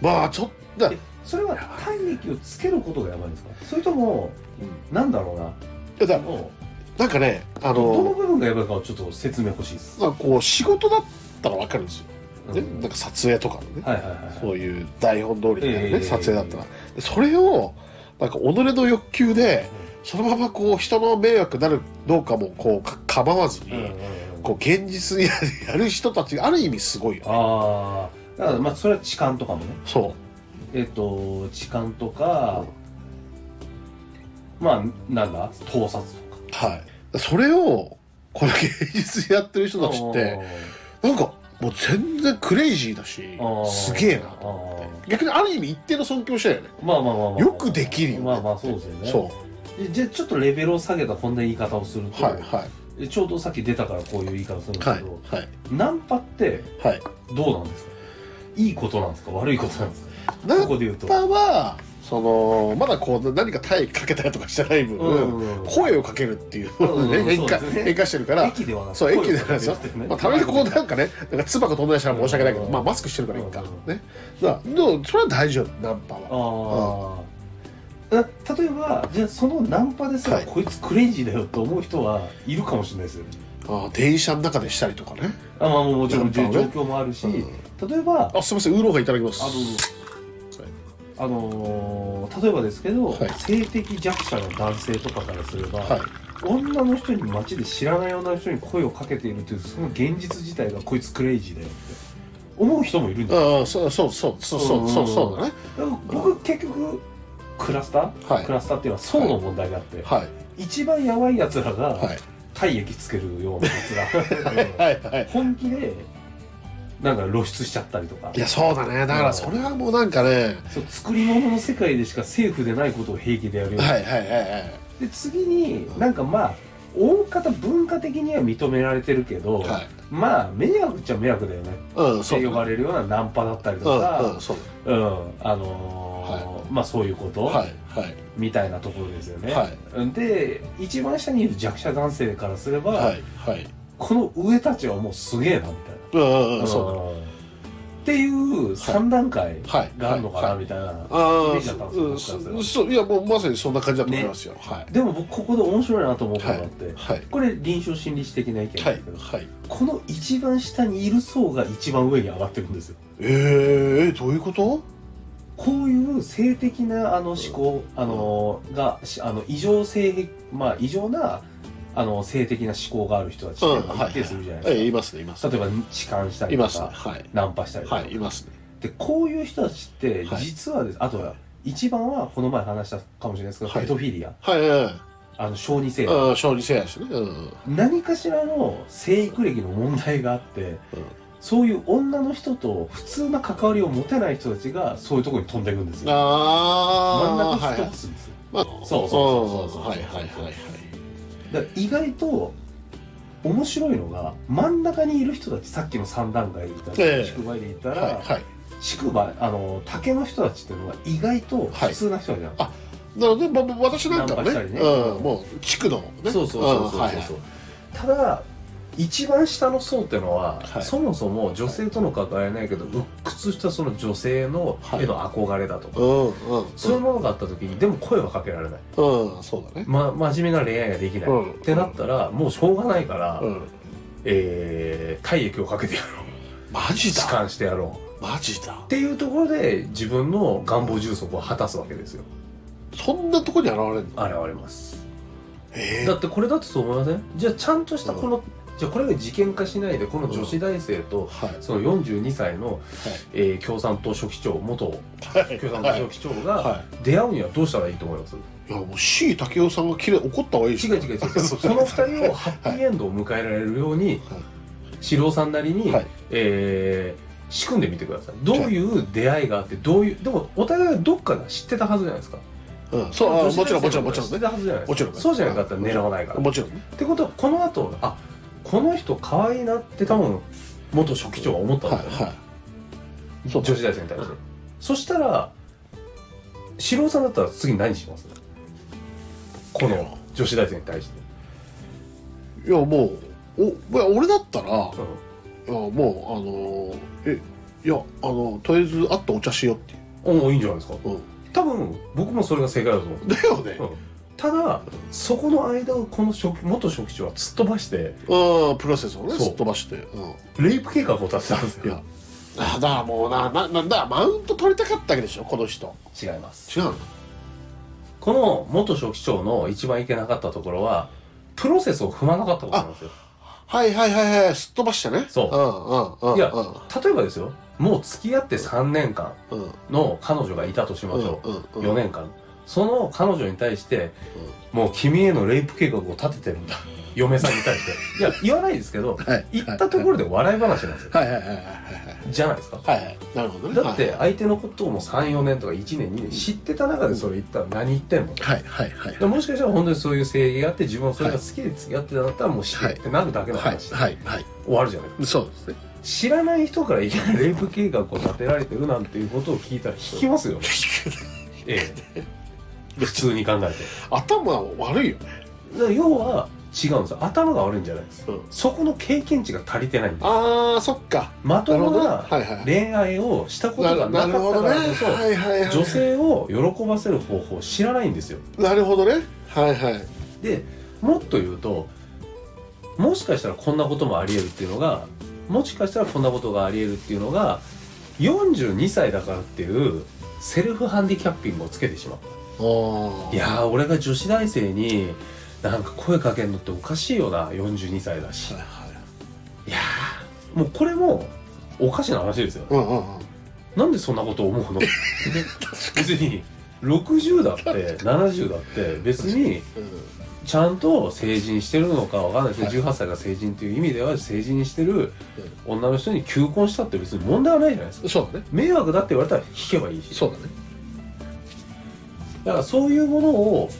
S1: まあちょっと
S2: えそれは体液をつけることがやばいんですかそれともなんだろうない
S1: やだ
S2: あの
S1: なんかねあ
S2: どの
S1: の
S2: 部分がやばいかをちょっと説明欲しいです、
S1: なんかこう仕事だったらわかるんですよ、
S2: うん
S1: ねなんか撮影とかのね
S2: はいはいはい
S1: そういう台本通りだよね、
S2: ええ
S1: 撮影だったら、でそれをなんか己の欲求でそのままこう人の迷惑になるどうかもこうか構わずに、
S2: うんうんうん
S1: こう現実にやる人たちがある意味すごいよ
S2: ああだからまあそれは痴漢とかもね
S1: そ
S2: えっ、と痴漢とか、まあなんだ盗撮とか
S1: うはいそれをこの現実にやってる人たちってなんかもう全然クレイジーだし
S2: あー
S1: すげえなと思
S2: あ
S1: って逆にある意味一定の尊敬したよね、
S2: まあまあまあまあ
S1: よくできるよね
S2: まあまあそうですよね
S1: そう
S2: じゃあちょっとレベルを下げたこんな言い方をする
S1: う
S2: と、
S1: はいはい
S2: でちょうどさっき出たからこういう言い方するんです
S1: はい
S2: けど、
S1: はい
S2: ナンパって
S1: はい
S2: どうなんですかいいことなんですか悪いことなんですか
S1: なん
S2: ここで言うと
S1: ナンパはそのまだこう何か体育かけたりとかしてない分、
S2: うん
S1: 声をかけるっていう、
S2: うん
S1: ね
S2: うん
S1: 変化
S2: そうですね
S1: 変化してるから
S2: 駅ではなく
S1: そう駅ではない
S2: 声
S1: ですよ
S2: をかけてね
S1: まあ、たまにこうなんかねなんか唾が飛んだりしたら申し訳ないけど、
S2: うん
S1: まあ、マスクしてるからいいか、
S2: う
S1: ねだからでもそれは大丈夫ナンパは
S2: ああ例えばじゃあそのナンパですら、
S1: はい
S2: こいつクレイジーだよと思う人はいるかもしれないですよね
S1: ああ電車の中でしたりとかね
S2: あまあもちろんじ
S1: ナ
S2: ゅ
S1: ンパ
S2: 状
S1: はね
S2: 況もあるし、
S1: う
S2: 例えば
S1: あすみませんウーロンハイいただきます
S2: あのあのー例えばですけど、
S1: はい
S2: 性的弱者の男性とかからすれば、
S1: はい
S2: 女の人に街で知らない女の人に声をかけているというその現実自体がこいつクレイジーだよって思う人もいるんだよ
S1: ああそうそうそうそうそうそうそうだね
S2: だから僕結局クラスター、
S1: はい
S2: クラスターっていうのは層の問題があって、
S1: はい
S2: 一番やばいやつらが
S1: はい
S2: 体液つけるようなやつ
S1: *laughs*
S2: ら
S1: はいはい
S2: *laughs* 本気でなんか露出しちゃったりとか
S1: いやそうだねだからそれはもうなんかね
S2: そう作り物の世界でしかセーフでないことを平気でやるような
S1: はいはいはいはい
S2: で次になんかまあ大方文化的には認められてるけど、
S1: はい
S2: まあ迷惑っちゃ迷惑だよね
S1: うん
S2: っ
S1: そう
S2: て
S1: だ
S2: 呼
S1: ね
S2: ばれるようなナンパだったりと
S1: うんうん
S2: か、
S1: そう
S2: うんあのーまあそういうこと、
S1: だはいはい
S2: みたいなところですよね、
S1: は
S2: で一番下にいる弱者男性からすれば、
S1: はいはい
S2: この上たちはもうすげえなみたいな
S1: うんうんうんそうだね
S2: うんっていう3段階
S1: はい
S2: があるのか
S1: は
S2: ないみたいな
S1: あ
S2: イメージだった
S1: あ、
S2: んです
S1: う
S2: よ
S1: ん
S2: 僕か
S1: そ
S2: らすれば
S1: そういやもうまさにそんな感じだと思いますよ。はい
S2: でも僕ここで面白いなと思ったのがあって、
S1: はい
S2: これ臨床心理士的な意見なん
S1: は
S2: で
S1: い
S2: すけど、
S1: はい。
S2: この一番下にいる層が一番上に上がっていくんですよ
S1: えー、えどういうこと？
S2: こういう性的なあの思考、あのがしあの異常性癖まあ異常なあの性的な思考がある人たちっていうの
S1: うん
S2: が
S1: はい
S2: 一定するじゃない
S1: えい
S2: ですか、
S1: ますねいますね。
S2: 例えば痴漢した
S1: い
S2: りと
S1: ますね。
S2: か
S1: はい
S2: ナンパしたりとか、
S1: はいいますね。
S2: でこういう人たちって
S1: はい
S2: 実はです、あとは一番はこの前話したかもしれないですけど、
S1: はい
S2: ペドフィリア
S1: はいはい。
S2: あの小児性愛
S1: うん小児性愛ですね。うん
S2: 何かしらの生育歴の問題があって、そういう女の人と普通な関わりを持てない人たちがそういうところに飛んでいくんですよ真ん
S1: ああ
S2: 中
S1: は
S2: ス
S1: いはい
S2: トップ。するんですよ、
S1: まあ
S2: そうそうそうそうそうん
S1: はいはいはいはい。
S2: だから意外と面白いのが真ん中にいる人たちさっきの3段階でいたら、
S1: ええ
S2: 宿場でいたら、
S1: はいはい。
S2: 宿場あの竹の人たちっていうのは意外と普通な人たちなの、
S1: あなので、ま、ま私なんかはね
S2: ナンパしたりね
S1: うん、もう地区のね
S2: そうそうそうそうそう、
S1: んはいはい
S2: ただ一番下の層ってのは、
S1: はい
S2: そもそも女性との関わりはないけど、鬱屈したその女性の
S1: はい
S2: への憧れだとか、
S1: うん
S2: そういうものがあった時にでも声はかけられない、
S1: うんうんそうだね
S2: ま、真面目な恋愛ができない、
S1: うん
S2: ってなったらもうしょうがないから、
S1: うん
S2: えー体液をかけてやろう
S1: マジ
S2: 痴
S1: だ
S2: 漢してやろう
S1: マジだ
S2: っていうところで自分の願望充足を果たすわけですよ
S1: そんなとこに現れるの
S2: 現れます
S1: え
S2: だってこれだとそう思いませんじゃあちゃんとしたこの、じゃあこれが事件化しないでこの女子大生と
S1: はい
S2: その42歳の、えー共産党書記長元
S1: はい
S2: 共産
S1: は
S2: 党
S1: い
S2: 書記長が
S1: は
S2: 出会うにはどうしたらいいと思います、
S1: いいやもう C 竹雄さんが綺麗怒った方がいいし
S2: 違う違う違う
S1: そう
S2: この2人をハッピーエンドを迎えられるように四郎さんなりに、
S1: はい
S2: えー仕組んでみてくださいどういう出会いがあってどういうでもお互いはどっかが知ってたはずじゃないですか
S1: うんそうあもちろんもちろんもちろん
S2: 知っ
S1: ね
S2: てたはずじゃないですか
S1: もちろん
S2: そうじゃなかったら狙わないから、っ
S1: もちろんね
S2: てことはこの後あこの人可愛いなって多分元書記長が思ったん
S1: はい
S2: だよ、ね
S1: は
S2: 女子大生に対して、そしたら四郎さんだったら次何しますこの女子大生に対して、
S1: いいやもうおいや俺だったらいや
S2: うん
S1: もうあのーえいやあのとりあえず会ったお茶しようっていう
S2: おおいいんじゃないですか
S1: うん
S2: 多分僕もそれが正解だと思う
S1: だよね
S2: ただそこの間をこの書記元書記長は突っ飛ばして
S1: うんプロセスをね
S2: そう
S1: すっ飛ばしてうん
S2: レイプ計画を立てたんです
S1: い
S2: よ
S1: やあだからもうなななんだマウント取りたかったわけでしょこの人
S2: 違います
S1: 違うの
S2: この元書記長の一番いけなかったところはプロセスを踏まなかったことなんですよ
S1: はいはいはいはいすっ飛ばしてね
S2: そ
S1: うんうんうん
S2: いや
S1: う
S2: 例えばですよもう付き合って3年間
S1: んうん
S2: の彼女がいたとしましょ
S1: うん
S2: う、
S1: うん
S2: 4年間その彼女に対して、もう君へのレイプ計画を立ててるんだ嫁さんに
S1: *laughs*
S2: 対していや言わないですけど
S1: はい
S2: 言ったところで笑い話なんですよ
S1: はいはいはいはい
S2: じゃないですか
S1: はいはいはいなるほどね
S2: だって相手のことをもう34年とか1年2年知ってた中でそれ言ったら何言ってんの
S1: はいはいはいはい
S2: でもしかしたら本当にそういう正義があって自分はそれが好きで付き合ってたんだったらもう知ってってなるだけの
S1: はい
S2: 話、
S1: はいはい
S2: 終わるじゃない
S1: そうですね
S2: 知らない人からいきなりレイプ計画を立てられてるなんていうことを聞いたら引きますよええ普通に考えてだか
S1: 頭悪いよね
S2: ら要は違うんですよ頭が悪いんじゃないです
S1: うん
S2: そこの経験値が足りてないんです
S1: あーそっか
S2: まと
S1: なる
S2: も
S1: ほどね
S2: な
S1: はいはい
S2: 恋愛をしたこと
S1: な
S2: が
S1: る
S2: なか
S1: な
S2: っ
S1: る
S2: た
S1: ほど
S2: か
S1: ね
S2: らこそ
S1: はいはいはい
S2: 女性を喜ばせる方法を知らないんですよ
S1: なるほどねはいはい
S2: でもっと言うともしかしたらこんなこともありえるっていうのがもしかしたらこんなことがありえるっていうのが42歳だからっていうセルフハンディキャッピングをつけてしまう
S1: おー
S2: いやー俺が女子大生になんか声かけるのっておかしいよな42歳だし
S1: はいはい
S2: いやーもうこれもおかしな話ですよ
S1: うんうんうん
S2: なんでそんなこと思う *laughs* の別に60だって70だって別に
S1: うん
S2: ちゃんと成人してるのかわかんないですけど、18歳が成人っていう意味では成人してる女の人に求婚したって別に問題はないじゃないですか
S1: そうだね
S2: 迷惑だって言われたら引けばいいし
S1: そうだね
S2: だからそういうものを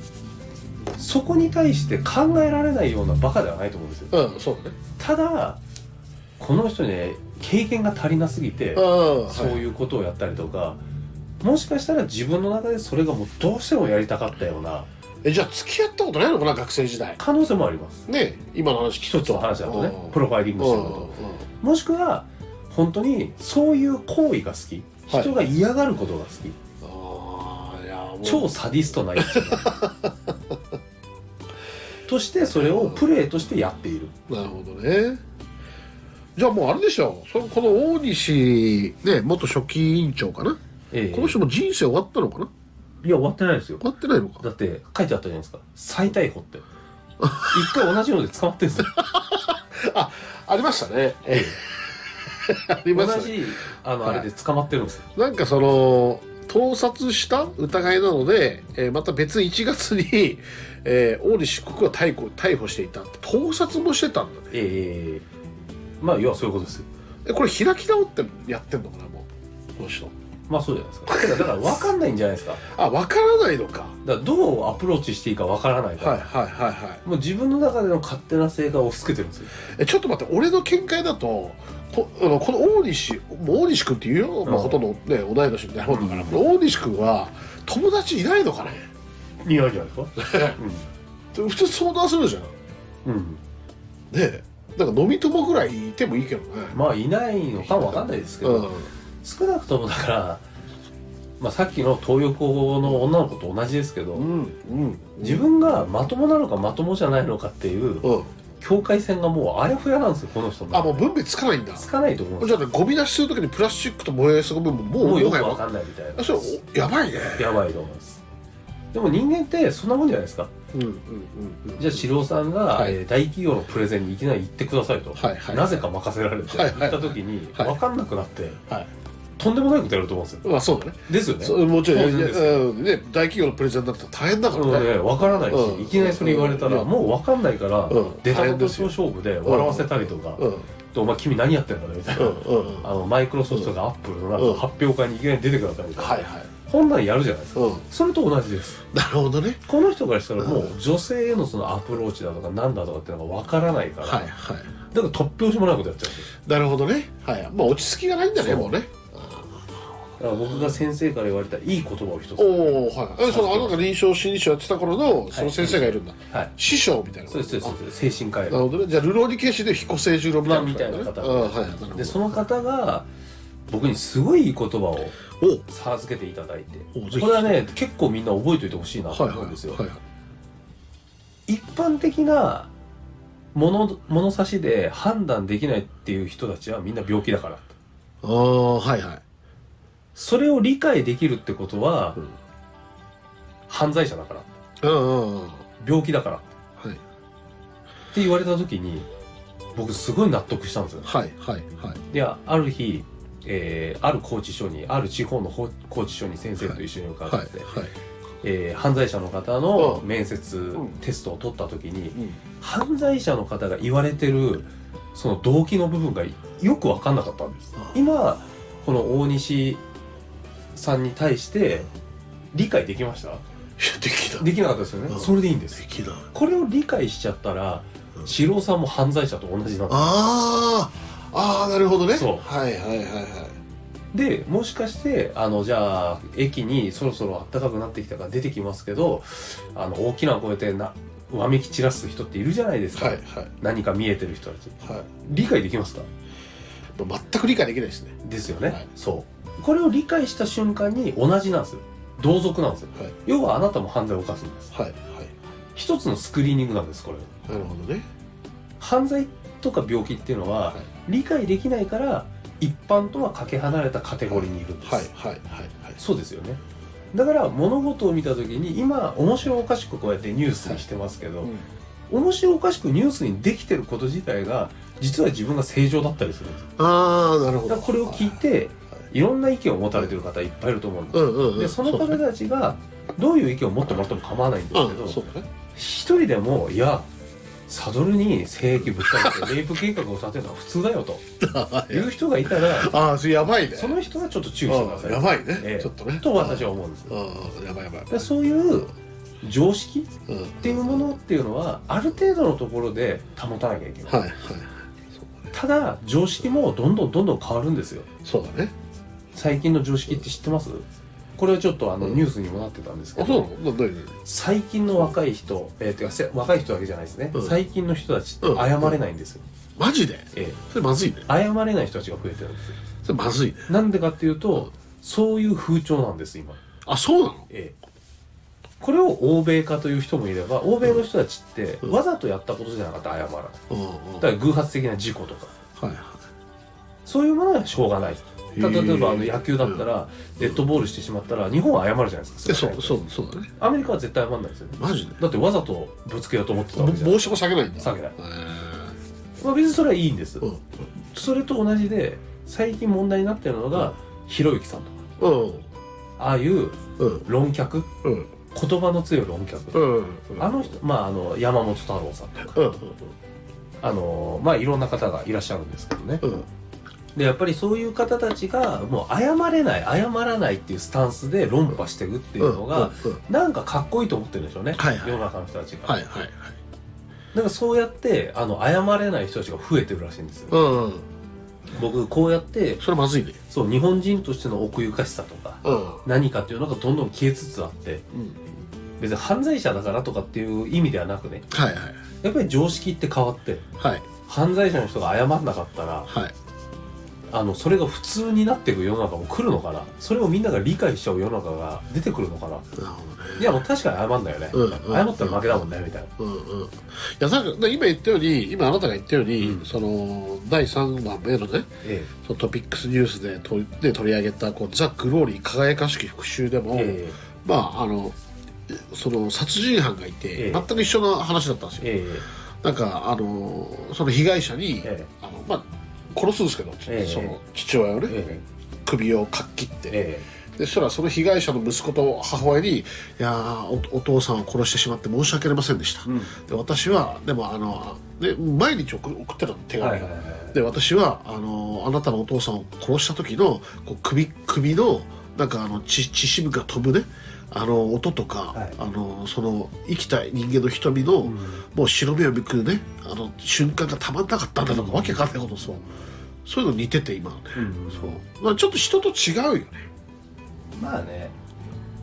S2: そこに対して考えられないようなバカではないと思うんですよ
S1: うんそうだね
S2: ただこの人ね経験が足りなすぎて
S1: うん
S2: そ
S1: う
S2: ういうことをやったりとかもしかしたら自分の中でそれがもうどうしてもやりたかったような
S1: えじゃあ付き合ったことないのかな学生時代
S2: 可能性もあります
S1: ね今の話聞
S2: 一つの話だとねプロファイリングしてること
S1: と
S2: もしくは本当にそういう行為が好き
S1: はい
S2: 人が嫌がることが好き、
S1: ああいやもう
S2: 超サディストな
S1: *laughs*
S2: やつとしてそれをプレーとしてやっている
S1: なるほどねじゃあもうあれでしょそのこの大西ね元書記委員長かな、
S2: ええ
S1: この人も人生終わったのかない
S2: や終わってないですよ
S1: 終わってないのか
S2: だって書いてあったじゃないですか再逮捕って
S1: *laughs*
S2: 一回同じので捕まってるんですよ
S1: ありましたね *laughs* ありま
S2: 同
S1: したね
S2: じあの
S1: はい
S2: あれで捕まってるんですよ、
S1: なんかその盗撮した疑いなので、えーまた別1月に、えー、大西被告は逮捕逮捕していた盗撮もしてたんだね
S2: ええまあ要はそういうことですよ
S1: えこれ開き直ってやってんのかなもうこの人
S2: まあそうじゃないですかてかだから分かんないんじゃない *laughs* ですかだか
S1: あわからないのか
S2: らどうアプローチしていいか分からないから、
S1: はいはいはいはい
S2: もう自分の中での勝手な性格を押し付けてるんですよ
S1: えちょっと待って俺の見解だとこあのこの大西もう大西君っていうよ、まあ、
S2: うん
S1: ほとんど、ね、同い年みたいなもんだから、
S2: うん
S1: この大西君は友達いないのかね
S2: 似合うじゃないですか
S1: 普通相談するじゃんね
S2: うん、うん、
S1: えなんか飲み友ぐらいいてもいいけどね、
S2: まあいないのか分かんないですけ
S1: う
S2: ど、
S1: ん、
S2: 少なくともだから、まあ、さっきの東横の女の子と同じですけど、
S1: うんうん
S2: 自分がまともなのかまともじゃないのかっていう
S1: うん
S2: 境界線がもうあやふやなんですよこの人の
S1: あもう分別つかないんだ
S2: つ
S1: じ
S2: かないと思うんです
S1: ゃあねゴミ出しするときにプラスチックと燃えすごみもも
S2: よ
S1: う
S2: もうよ
S1: も
S2: く
S1: はや
S2: わかんないみたいな
S1: あそれおやばいね
S2: やばいと思いますでも人間ってそんなもんじゃないですか
S1: うんうんうんうん
S2: じゃあ四郎さんが、
S1: はい
S2: えー大企業のプレゼンにいきなり行ってくださいと、
S1: はいはい
S2: なぜか任せられて、
S1: はいはい
S2: 行った時に
S1: はい
S2: 分かんなくなって、
S1: はい
S2: とんでもないことやると思うんですよ
S1: まあそうだね
S2: ですよね
S1: そうもちろん、
S2: そう
S1: ね
S2: です
S1: うんね、大企業のプレゼンだったら大変だからね、
S2: うんね、分からないし、
S1: うん
S2: いきなりそれ言われたら、
S1: うん
S2: もう分かんないから、
S1: うん
S2: 出た
S1: 大
S2: の
S1: 変で
S2: と
S1: すよ
S2: 勝負で笑わせたりとか
S1: うんうん
S2: 「お前君何やってんだね」みたいな、
S1: うんうん
S2: あのマイクロソフトがアップルのなんか
S1: うん
S2: 発表会にいきなり出てくださいみたいな、
S1: はいはい
S2: こんなんやるじゃないですか
S1: うん
S2: それと同じです
S1: なるほどね
S2: この人からしたらもう女性へのそのアプローチだとかなんだとかっていうのが分からないから、
S1: はいはい
S2: だから突拍子もないことやっちゃうんですよ
S1: なるほどねはいまあ落ち着きがないんだね
S2: そう
S1: もうね
S2: だから僕が先生から言われたいい言葉を一つ
S1: おおはいえそのあなたが臨床心理士をやってた頃のその先生がいるんだ、
S2: はい
S1: 師匠みたいな
S2: そうですそうです精神科医
S1: あなるほどねじゃあルローニケーシで彦星十郎みたいな
S2: まあみたいな方
S1: あはいなるほど
S2: でその方が僕にすごいいい言葉を
S1: おは
S2: 授けていただいて
S1: おぜひ
S2: これはね結構みんな覚えておいてほしいなと
S1: い
S2: 思
S1: は
S2: うん
S1: い
S2: ですよ、
S1: はいはい
S2: 一般的な物物差しで判断できないっていう人たちはみんな病気だから
S1: ああはいはい
S2: それを理解できるってことは、
S1: うん
S2: 犯罪者だから
S1: うんうんうんは
S2: 病気だからっ
S1: い
S2: て言われた時に僕すごい納得したんですよ
S1: はいはいはい
S2: いやある日、えーある拘置所にある地方のほ拘置所に先生と一緒に伺って、
S1: はいはい
S2: えー犯罪者の方の
S1: うん
S2: 面接、
S1: ん
S2: テストを取った時に
S1: うん
S2: 犯罪者の方が言われてるその動機の部分がよく分かんなかったんです
S1: あ
S2: 今この大西さんに対して理解できました
S1: いやできない
S2: できなかったですよね、
S1: うん
S2: それでいいんです
S1: できない
S2: これを理解しちゃったら
S1: うん
S2: 四郎さんも犯罪者と同じなんだ
S1: ああああなるほどね
S2: そう
S1: はいはいはいはい
S2: でもしかしてあのじゃあ駅にそろそろ暖かくなってきたから出てきますけどあの大きな声でなわめき散らす人っているじゃないですか、
S1: はいはい
S2: 何か見えてる人たち
S1: はい
S2: 理解できますか
S1: まあ全く理解できないですね
S2: ですよね、
S1: はい
S2: そうこれを理解した瞬間に同じなんですよ同族なんですよ、
S1: はい
S2: 要はあなたも犯罪を犯すんです
S1: はいはい
S2: 一つのスクリーニングなんですこれ
S1: なるほどね
S2: 犯罪とか病気っていうのは、
S1: はい
S2: 理解できないから一般とはかけ離れたカテゴリーにいるんです、
S1: はいはいはいはい
S2: そうですよねだから物事を見た時に今面白おかしくこうやってニュースにしてますけど、
S1: うん
S2: 面白おかしくニュースにできてること自体が実は自分が正常だったりするんです
S1: ああなるほ
S2: だ
S1: ど
S2: からこれを聞いていろんな意見を持たれてる方いっぱいいると思うんです
S1: うんうんうん
S2: でその
S1: うだ
S2: 方
S1: ね
S2: たちがどういう意見を持ってもらっても構わないんですけ
S1: うんそ
S2: ど
S1: うだね
S2: 一人でもいやサドルに精液ぶっかけてレイプ計画を立てるのは普通だよという人がいたら
S1: ああそれやばいね
S2: その人はちょっと注意してくださ
S1: う
S2: い
S1: んやばいね、
S2: ええ
S1: ちょっとね
S2: と私は思うんです
S1: うんやばいやばい
S2: でそういう常識っ
S1: うんって
S2: いうものっていうのはある程度のところで保たなきゃいけない
S1: はいはい
S2: ただ常識もどんどんどんどん変わるんですよ
S1: そうだね
S2: 最近の常識って知ってますここれはちょっとあの
S1: うん
S2: ニュースにもなってたんですけ
S1: あ
S2: ど、
S1: そうなのな何
S2: 最近の若い人、えー、てかせ若い人だけじゃないですね、
S1: うん
S2: 最近の人たちって
S1: うん
S2: 謝れないんですよ、
S1: マジで
S2: え
S1: それまずいね
S2: え謝れない人たちが増えてるんですよ
S1: それまずいね
S2: なんでかっていうとそういう風潮なんです今、
S1: あそうなの
S2: ええこれを欧米化という人もいれば欧米の人たちって
S1: うん
S2: わざとやったことじゃなかったら謝らない
S1: うんうん
S2: だから偶発的な事故とか
S1: はいは
S2: そういうものはしょうがない
S1: い
S2: た例えばあの野球だっ
S1: ら
S2: たらデッドボールしてしまったら日本は謝るじゃないですか
S1: そうそうそうだね
S2: アメリカは絶対謝らないですよね
S1: マジで
S2: だってわざとぶつけようと思ってたわ
S1: ぼ
S2: けじゃない
S1: 帽子も下げないんだ
S2: 下げない
S1: へー
S2: まあ、別にそれはいいんです、
S1: うん
S2: それと同じで最近問題になってるのがひろゆきさんとか
S1: うん
S2: ああいう
S1: うん
S2: 論客
S1: うん
S2: 言葉の強い論客、
S1: うん
S2: あの人まああの山本太郎さんとか
S1: うん
S2: あのまあいろんな方がいらっしゃるんですけどね
S1: うん
S2: でやっぱりそういう方たちがもう謝れない謝らないっていうスタンスで論破していくっていうのが、
S1: うんうん
S2: なんかかっこいいと思ってるんでしょうね、
S1: はいはい
S2: 世の中の人たちが、
S1: はいはいはい
S2: だからそうやってあの謝れない人たちが増えてるらしいんですよ、
S1: うん
S2: 僕こうやって
S1: それまずいね
S2: そう日本人としての奥ゆかしさとか
S1: うん
S2: 何かっていうのがどんどん消えつつあって
S1: うん
S2: 別に犯罪者だからとかっていう意味ではなくね
S1: はいはい
S2: やっぱり常識って変わって
S1: はい
S2: 犯罪者の人が謝んなかったら
S1: はい
S2: あのそれが普通になっていく世の中も来るのかなそれをみんなが理解しちゃう世の中が出てくるのかな
S1: なるほどね
S2: いやもう確かに謝んだよね、
S1: うんうん
S2: 謝ったら負けだもんねみたいな
S1: うんうんいやなんか今言ったように今あなたが言ったように、
S2: うん
S1: その第3番目のね
S2: え
S1: そのトピックスニュースでとで取り上げたこう「ザ・グローリー輝かしき復讐」でも、
S2: ええ
S1: まああのその殺人犯がいて、
S2: ええ
S1: 全く一緒の話だったんですよ、
S2: ええ
S1: なんかあのその被害者に、
S2: え
S1: あのまあ、殺すんですけど、
S2: ええ
S1: その父親をね、
S2: え
S1: 首をかっきって、
S2: え
S1: でそしたらその被害者の息子と母親に「いやーおお父さんを殺してしまって申し訳ありませんでした」
S2: うん
S1: で私はでもあので毎日送る送ってたの手紙、
S2: はいはいはい
S1: で私はあのあなたのお父さんを殺した時のこう首首のなんかあの血血しぶきが飛ぶねあの音とか、
S2: はい
S1: あのその生きたい人間の瞳の、
S2: ん
S1: もう白目を見くるねあの瞬間がたまんなかったんだとか、わけわかんないことそうそういうの似てて今のね、
S2: うん
S1: そうまあ、ちょっと人と違うよね
S2: まあね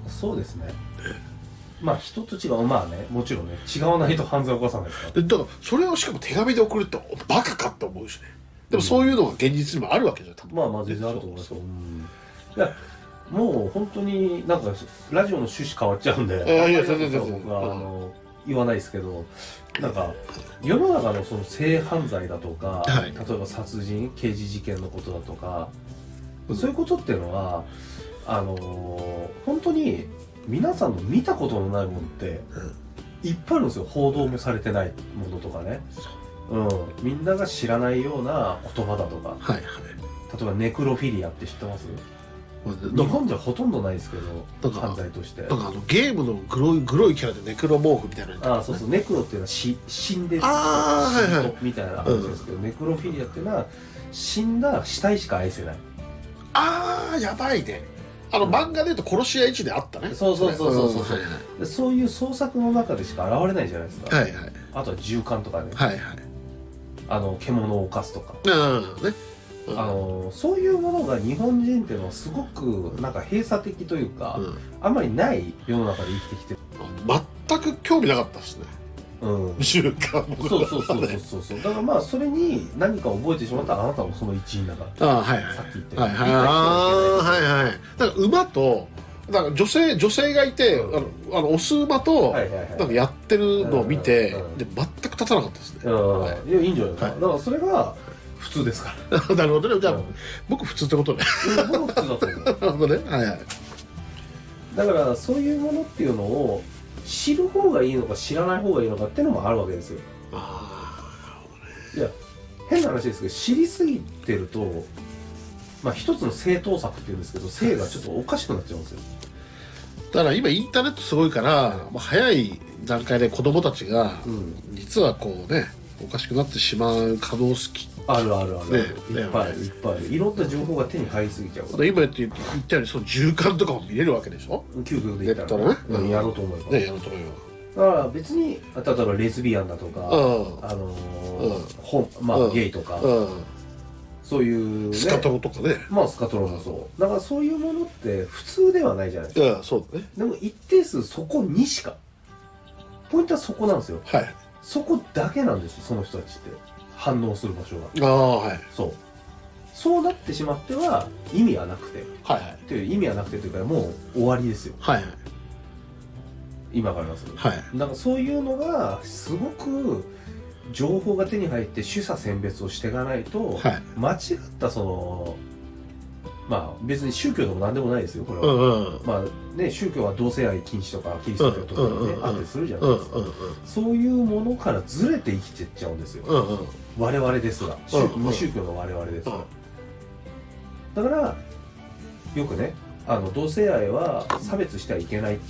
S2: そうですねまあ人と違うまあねもちろんね違わないと犯罪を起こさないですから
S1: でだからそれをしかも手紙で送るとバカかって思うしねでもそういうのが現実にもあるわけじゃん多分
S2: まあまあ全然あると思いますよいやもう本当になんかラジオの趣旨変わっちゃうんで
S1: あいや
S2: あんま
S1: 全
S2: り
S1: 然全然
S2: 僕はあ
S1: うん
S2: の言わないですけどなんか世の中のその性犯罪だとか、
S1: はい
S2: 例えば殺人刑事事件のことだとか、
S1: うん
S2: そういうことっていうのはあのー本当に皆さんの見たことのないものって
S1: うん
S2: いっぱいあるんですよ報道もされてないものとかね、うん、みんなが知らないような言葉だとか
S1: はいはい
S2: 例えばネクロフィリアって知ってます
S1: まあね
S2: 日本じゃほとんどないですけ
S1: な
S2: ど
S1: んか
S2: 犯罪として
S1: なんかあのゲームのグロいグロいキャラでネクロモーフみたいなのに
S2: ああそうそうネクロっていうのは死死んでる
S1: あーはいはい
S2: みたいな話ですけど、ネクロフィリアっていうのは死んだ死体しか愛せない
S1: あーやばいねあの、
S2: うん
S1: 漫画でいうと殺し屋一であったね
S2: そうそうそうそうそうそうんでそういう創作の中でしか現れないじゃないですか、
S1: はいはい
S2: あとは銃感とかね
S1: はいはい
S2: あの獣を犯すとか、
S1: うんねうん
S2: あのそういうものが日本人っていうのはすごくなんか閉鎖的というか、
S1: うん
S2: あんまりない世の中で生きてきてる、
S1: 全く興味なかったですね
S2: うん、
S1: 週刊僕
S2: そうそうそうそうそうそうだからまあそれに何か覚えてしまったらあなたもその一員だから
S1: ああはいはい
S2: さっき言ったよ
S1: は
S2: う
S1: い
S2: に
S1: はいあーはいはいだから馬となんか女性女性がいて、
S2: うん
S1: あのあのオス馬と、
S2: はいはい
S1: なん
S2: は
S1: か
S2: い
S1: やってるのを見て、
S2: うんうん
S1: で全く立たなかったですね、
S2: うんいやいいんじゃないですか、
S1: はい
S2: だからそれが普通ですから
S1: *laughs* なるほどねじゃあ、
S2: うん
S1: 僕普通ってことね *laughs*
S2: うん僕も普通だと思う
S1: なるほどねはいはい
S2: だからそういうものっていうのを知る方がいいのか知らない方がいいのかっていうのもあるわけですよ
S1: あ
S2: 変な話ですけど知りすぎてるとまあ一つの正当策っていうんですけど性がちょっとおかしくなっちゃうんですよ
S1: ーだから今インターネットすごいから、まあ、早い段階で子供たちが、
S2: うん
S1: 実はこうねおかしくなってしまう可能性
S2: あるあるある、
S1: ね
S2: いっぱいあるいっぱいあるいろんな情報が手に入りすぎちゃうから
S1: 今言って言ったようにその循環とかも見れるわけでしょ
S2: 究極で言ったら
S1: ネ
S2: ね
S1: ッ、ト
S2: う
S1: ね
S2: ん、やろうと思えば、
S1: ねやると思うよ
S2: だから別に例えばレズビアンだとか、
S1: うん
S2: あの
S1: うん
S2: ーほんまあ、
S1: うん
S2: ゲイとか、
S1: うん
S2: そういう、ね、
S1: スカトロとかね
S2: まあスカトロもそうだからそういうものって普通ではないじゃないですか
S1: うんそうだね
S2: でも一定数そこにしかポイントはそこなんですよ
S1: はい
S2: そこだけなんですよその人たちって反応する場所が
S1: ああはい
S2: そうそうなってしまっては意味はなくて
S1: はいはい
S2: という意味はなくてというかもう終わりですよ
S1: はい
S2: 今からます
S1: はい
S2: なんかそういうのがすごく情報が手に入って取捨選別をしていかないと、
S1: はい
S2: 間違ったそのまあ別に宗教でも何でもないですよこれ
S1: う
S2: は、
S1: んうん
S2: まあね宗教は同性愛禁止とかキリスト教とかね、
S1: うんうんうんうん
S2: あったりするじゃな
S1: う
S2: い
S1: ん
S2: ですか、
S1: うん
S2: そういうものからずれて生きてっちゃうんですよ、
S1: うんうん
S2: 我々ですが宗,、
S1: うんうん
S2: 宗教の我々ですが、
S1: うん
S2: だからよくねあの同性愛は差別してはいけないって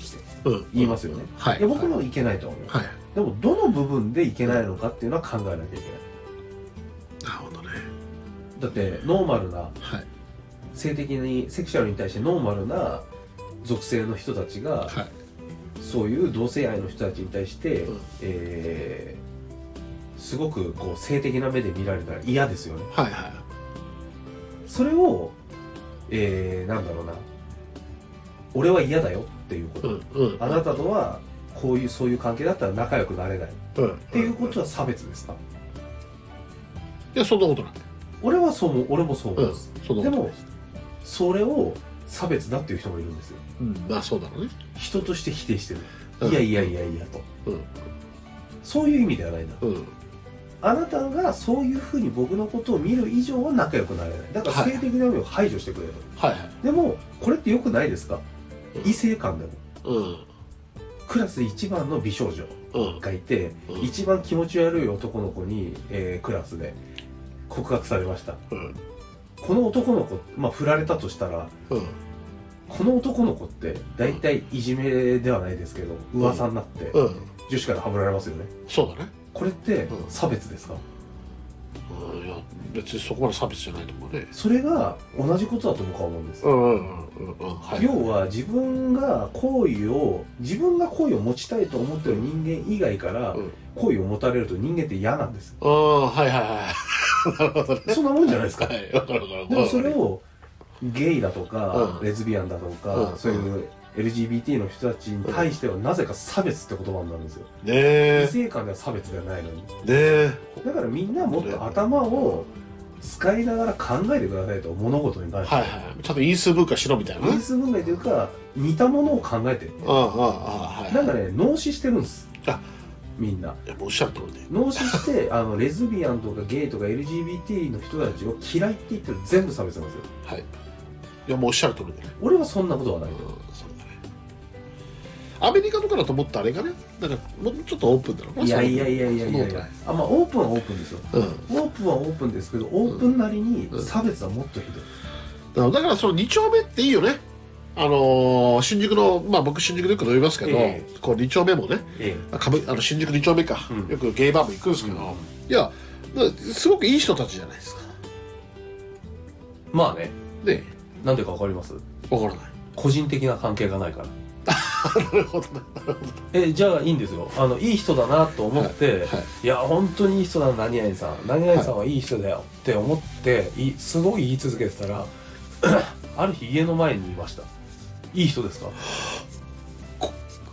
S1: うん
S2: 言いますよね、
S1: はい
S2: いや僕もいけないとは思う、
S1: はい
S2: でもどの部分でいけないのかっていうのは考えなきゃいけない
S1: なるほどね
S2: だってノーマルな
S1: はい
S2: 性的にセクシャルに対してノーマルな属性の人たちが
S1: はい
S2: そういう同性愛の人たちに対して、
S1: うん
S2: えーすごくこう性的な目で見られたら嫌ですよね
S1: はいはい
S2: それを、えーなんだろうな俺は嫌だよっていうこ
S1: う
S2: と、
S1: んうん
S2: あなたとはこういうそういう関係だったら仲良くなれないっ
S1: うんって
S2: いうことは差別ですか
S1: いやそんなことない
S2: 俺はそう思う俺もそう思
S1: う
S2: うんです、
S1: そんな
S2: で
S1: ことない
S2: もそれを差別だっていう人もいるんですよ
S1: うんまあそうだろうね
S2: 人として否定してる、
S1: うん
S2: いやいやいやいやと
S1: うん
S2: そういう意味ではないな
S1: うん
S2: あなたがそういうふうに僕のことを見る以上は仲良くなれないだから
S1: はい
S2: 性的な意味を排除してくれと、
S1: はいはい
S2: でもこれって良くないですか
S1: うん
S2: 異性間でも
S1: うん
S2: クラス一番の美少女
S1: うん
S2: がいて、
S1: うん
S2: 一番気持ち悪い男の子に、えークラスで告白されました
S1: うん
S2: この男の子、まあ、振られたとしたら
S1: うん
S2: この男の子って大体いじめではないですけど噂になって
S1: うん
S2: 女子からはぶられますよね
S1: そうだね
S2: これって
S1: うん
S2: 差別ですか
S1: うんいや別にそこまで差別じゃないと思うね
S2: それが同じことだと僕は思うんです、
S1: うんうんうんうんはい
S2: 要は自分が好意を自分が好意を持ちたいと思ってる人間以外から
S1: うん
S2: 好意を持たれると人間って嫌なんです
S1: ああはいはいはいなるほどね
S2: そんなもんじゃないですか
S1: はいわかるわかる
S2: でもそれをゲイだとか、
S1: うん
S2: レズビアンだとか、
S1: うん
S2: そういう LGBT の人たちに対してはなぜか差別って言葉になるんですよ、
S1: ね
S2: 異
S1: え
S2: 性間では差別ではないのに
S1: ねえ
S2: だからみんなもっと頭を使いながら考えてくださいと物事に関して
S1: はいはいちょっと因数分解しろみたいなね
S2: 因数分類というか似たものを考えて
S1: ああああはい
S2: なんかね脳死してるんです
S1: あ
S2: みんない
S1: やもうおっしゃる通りで
S2: 脳死して
S1: *laughs*
S2: あのレズビアンとかゲイとか LGBT の人たちを嫌いって言ってる全部差別なんですよ
S1: はいいやもうおっしゃる通りで
S2: 俺はそんなことはない
S1: うん
S2: と
S1: そうだねアメリカとかだともっとあれがねなんかもうちょっとオープンだろうない
S2: やいやいやいや
S1: そん
S2: い
S1: な
S2: や
S1: こ
S2: い
S1: とな
S2: やあまあオープンはオープンですよ
S1: うん
S2: オープンはオープンですけどオープンなりに差別はもっとひど
S1: だ
S2: い、
S1: からだからその2丁目っていいよねあのー新宿のまあ僕新宿でよく飲みますけど、
S2: え
S1: こう2丁目もね
S2: え
S1: あ歌舞あの新宿2丁目か、
S2: うん
S1: よくゲイバーも行くんですけど、いやだからすごくいい人たちじゃないですか
S2: まあね
S1: ね
S2: なんでかわかります
S1: わからない
S2: *laughs* 個人的な関係がないから
S1: なるほどな
S2: えじゃあいいんですよあのいい人だなと思って、い
S1: はい
S2: や本当にいい人だな何々さん何々さんはいい人だよって思っていすごい言い続けてたら *clears throat* ある日家の前にいましたいい人ですか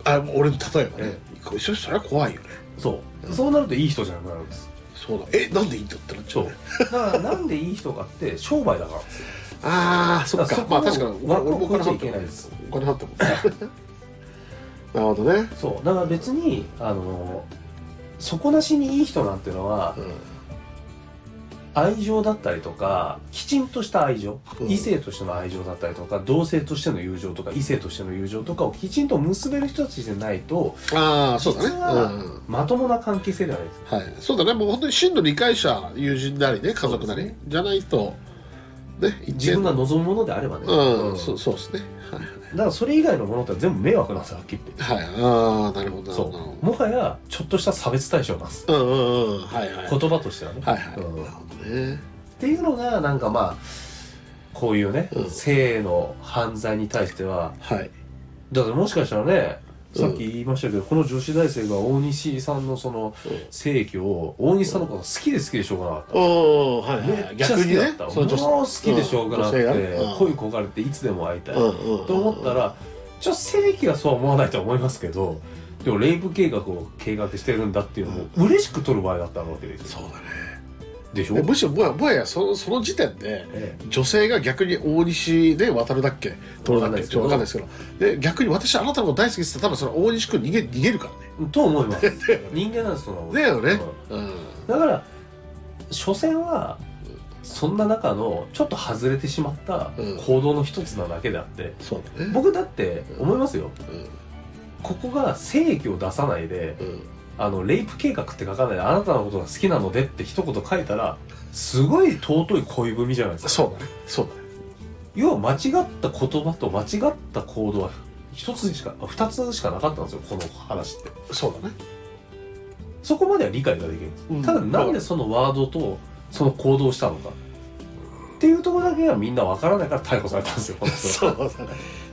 S1: あ俺の例えばね
S2: え
S1: これそれそれは怖いよね
S2: そう、
S1: うん
S2: そうなるといい人じゃなくなるんです
S1: そうだえなんでいいんだってなっちゃ
S2: そうう
S1: ね
S2: だからなんでいい人かって商売だからですよ
S1: ああそっ
S2: だ
S1: か
S2: から
S1: まあ確
S2: そこ
S1: か
S2: を
S1: に俺俺もお金払っ
S2: 枠を超えちゃいけ
S1: て
S2: ない
S1: も
S2: です
S1: お金払っても *laughs* なるほどね
S2: そうだから別にあの底なしにいい人なんてのは
S1: う
S2: 愛情だったりとかきちんとした愛情、
S1: うん
S2: 異性としての愛情だったりとか同性としての友情とか異性としての友情とかをきちんと結べる人たちでないと
S1: んああそうだね
S2: 実は
S1: うん
S2: まともな関係性ではないです
S1: はいそうだねもう本当に真の理解者友人なりね家族な
S2: そう
S1: り、
S2: ですね
S1: じゃないとね一定
S2: 自分が望むものであればね、
S1: うん、
S2: うん
S1: そうそうですね
S2: だからそれ以外のものって全部迷惑なんですよはっきり言って
S1: はい、はい、ああなるほどなる
S2: そ
S1: ほどなるほ
S2: うもはやちょっとした差別対象なんです
S1: どうんうんうんはいはい
S2: 言葉としてはね、
S1: はいはい、
S2: うん
S1: なるほどね
S2: っていうのがなんかまあこういうね、
S1: うん
S2: 性の犯罪に対しては
S1: はい
S2: だからもしかしたらねさっき言いましたけど、この女子大生が大西さんのその正義を大西さんのことが好きで好きでしょうがなかった、
S1: おおはい
S2: め
S1: は
S2: っ
S1: い
S2: ちゃ好
S1: 逆
S2: き
S1: に
S2: だっ
S1: ね
S2: た、
S1: その女
S2: もう好
S1: 性
S2: きでしょうがなくて、
S1: うん女性がねうん
S2: 恋焦がれていつでも会いたい、
S1: うんうんうん
S2: と思ったらちょっと正義はそうは思わないとは思いますけどでもレイプ計画を計画してるんだっていうのを嬉しく取る場合だったわけです
S1: そ
S2: よ
S1: うだね
S2: でしょ
S1: でむしろもやもやそのその時点で
S2: ええ
S1: 女性が逆に大西で渡るだっけどれだっけちょっとわかんないですけどで逆に私あなたのこと大好きですって多分その大西君逃げ逃げるからね
S2: と思います
S1: *laughs*
S2: 人間なんですその
S1: だよね
S2: うん
S1: うん
S2: だから所詮はそんな中のちょっと外れてしまった
S1: うん
S2: 行動の一つなだけであって
S1: そうだね
S2: 僕だって思いますよ
S1: う
S2: ここが精液を出さないで
S1: んうん
S2: あのレイプ計画って書かないであなたのことが好きなのでって一言書いたらすごい尊い恋文じゃないですか
S1: そうだねそうだね
S2: 要は間違った言葉と間違った行動は一つしかあ二つしかなかったんですよこの話って
S1: そうだね
S2: そこまでは理解ができるんです、
S1: うん
S2: ただなんでそのワードとその行動をしたのかっていうところだけはみんなわからないから逮捕されたんですよこの人
S1: そうだね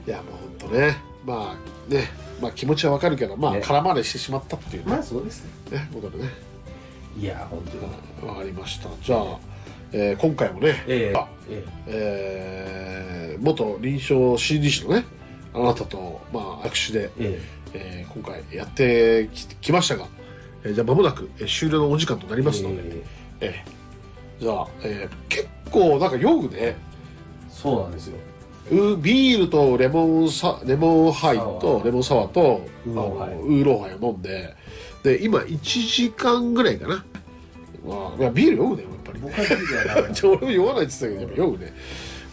S1: いやもうほんとねまあねまあ気持ちはわかるけどまあ
S2: ね
S1: 空回りしてしまったっていうね
S2: まあそうですね
S1: ねことでね
S2: いや本当に
S1: わかりましたじゃあえー今回もね
S2: ええ
S1: あ
S2: え
S1: えー元臨床心理士のねあなたと、まあ、握手で、
S2: え
S1: え
S2: え
S1: ー今回やってききましたが、えーじゃあ間もなく、えー終了のお時間となり
S2: え
S1: ますので、
S2: え
S1: えーじゃあ、えー結構なんか用具ね
S2: えそうなんですよ
S1: うビールとレモンサレモンハイ
S2: サワ
S1: と
S2: ー
S1: レモンサワーと
S2: ウーロンハイ
S1: あのウーロンハイを飲んでで今1時間ぐらいかな、まあ、いやビール用具ねやっぱり *laughs*
S2: 僕は聞いてない
S1: じゃあ俺も酔わないって言ってたけど、やっぱ酔うね。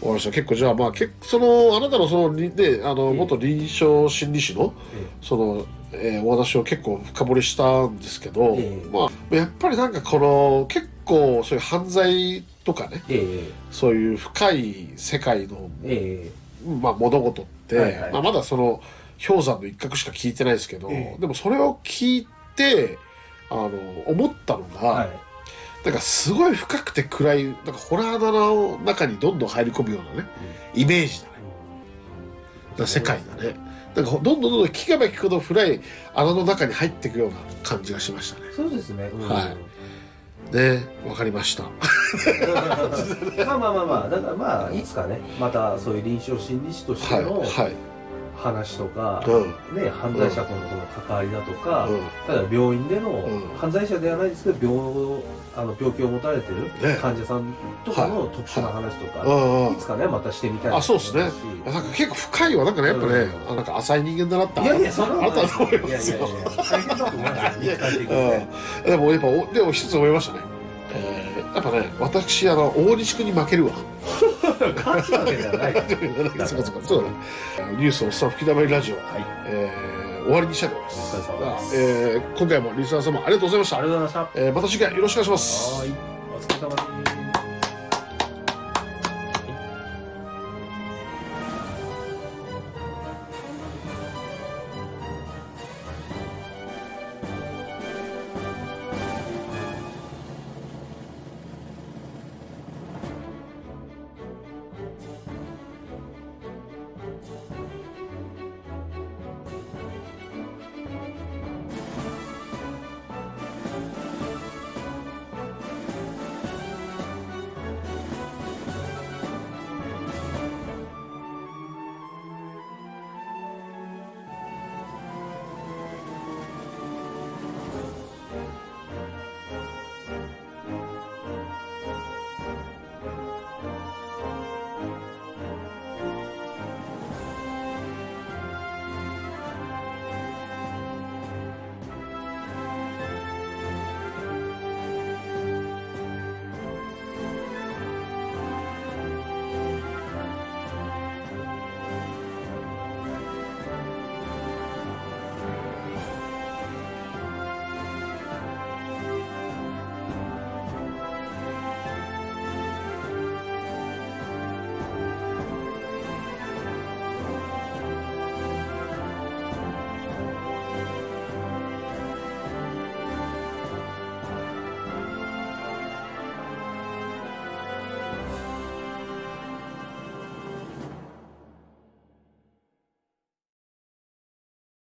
S1: わかりました結構じゃあまあけそのあなたのそのりねあの
S2: ええ
S1: 元臨床心理士の
S2: え
S1: その、えーお話を結構深掘りしたんですけど、
S2: ええ
S1: まあやっぱりなんかこの結構そういう犯罪とかね
S2: ええ
S1: そういう深い世界の、
S2: えええ
S1: まあ、物事って、
S2: はいはい
S1: まあ、まだその氷山の一角しか聞いてないですけど、
S2: ええ
S1: でもそれを聞いてあの思ったのが、
S2: えはい
S1: なんかすごい深くて暗いなんかホラー棚の中にどんどん入り込むようなねイメージだねなんか世界だねなんかどんどんどんどん聞けば聞くほど暗い穴の中に入っていくような感じがしましたね
S2: そうですね、うん
S1: はいねわかりました
S2: *laughs* まあまあまあまあだからまあいつかねまたそういう臨床心理士とし
S1: は
S2: て
S1: い
S2: の
S1: はい
S2: 話とか、
S1: うん
S2: ね、犯罪者とのこの関わりだとか、
S1: うん
S2: ただ病院での、
S1: うん
S2: 犯罪者ではないですけど病あの病気を持たれてる
S1: ね
S2: 患者さんとかの特殊な話とか、
S1: うんう
S2: い、
S1: ん
S2: つかねまたしてみたいな
S1: あそうですね
S2: と思いますし
S1: なんか結構深いわなんかねやっぱね、
S2: うん
S1: あなんか浅い人間だなって
S2: いやいやそんな
S1: あな
S2: こ
S1: た
S2: とな
S1: は思い
S2: い
S1: ま
S2: です
S1: すよ
S2: いやいやいや大変だと思いますよ肉体的にね
S1: うんでもやっぱおでも一つ思いましたね、えーやっぱね私あの大西君に負けるわ
S2: 勝つわけじゃないから
S1: そうかそうかそうだね。ニュースのおっさん吹き溜まりラジオ、
S2: はい
S1: えー終わりにしたいと思いま
S2: お
S1: す。
S2: 疲れ様です、
S1: えー今回もリスナー様ありがとうございまし
S2: あ
S1: た
S2: りがとうございました
S1: えーまた次回よろしくお願いします。
S2: はい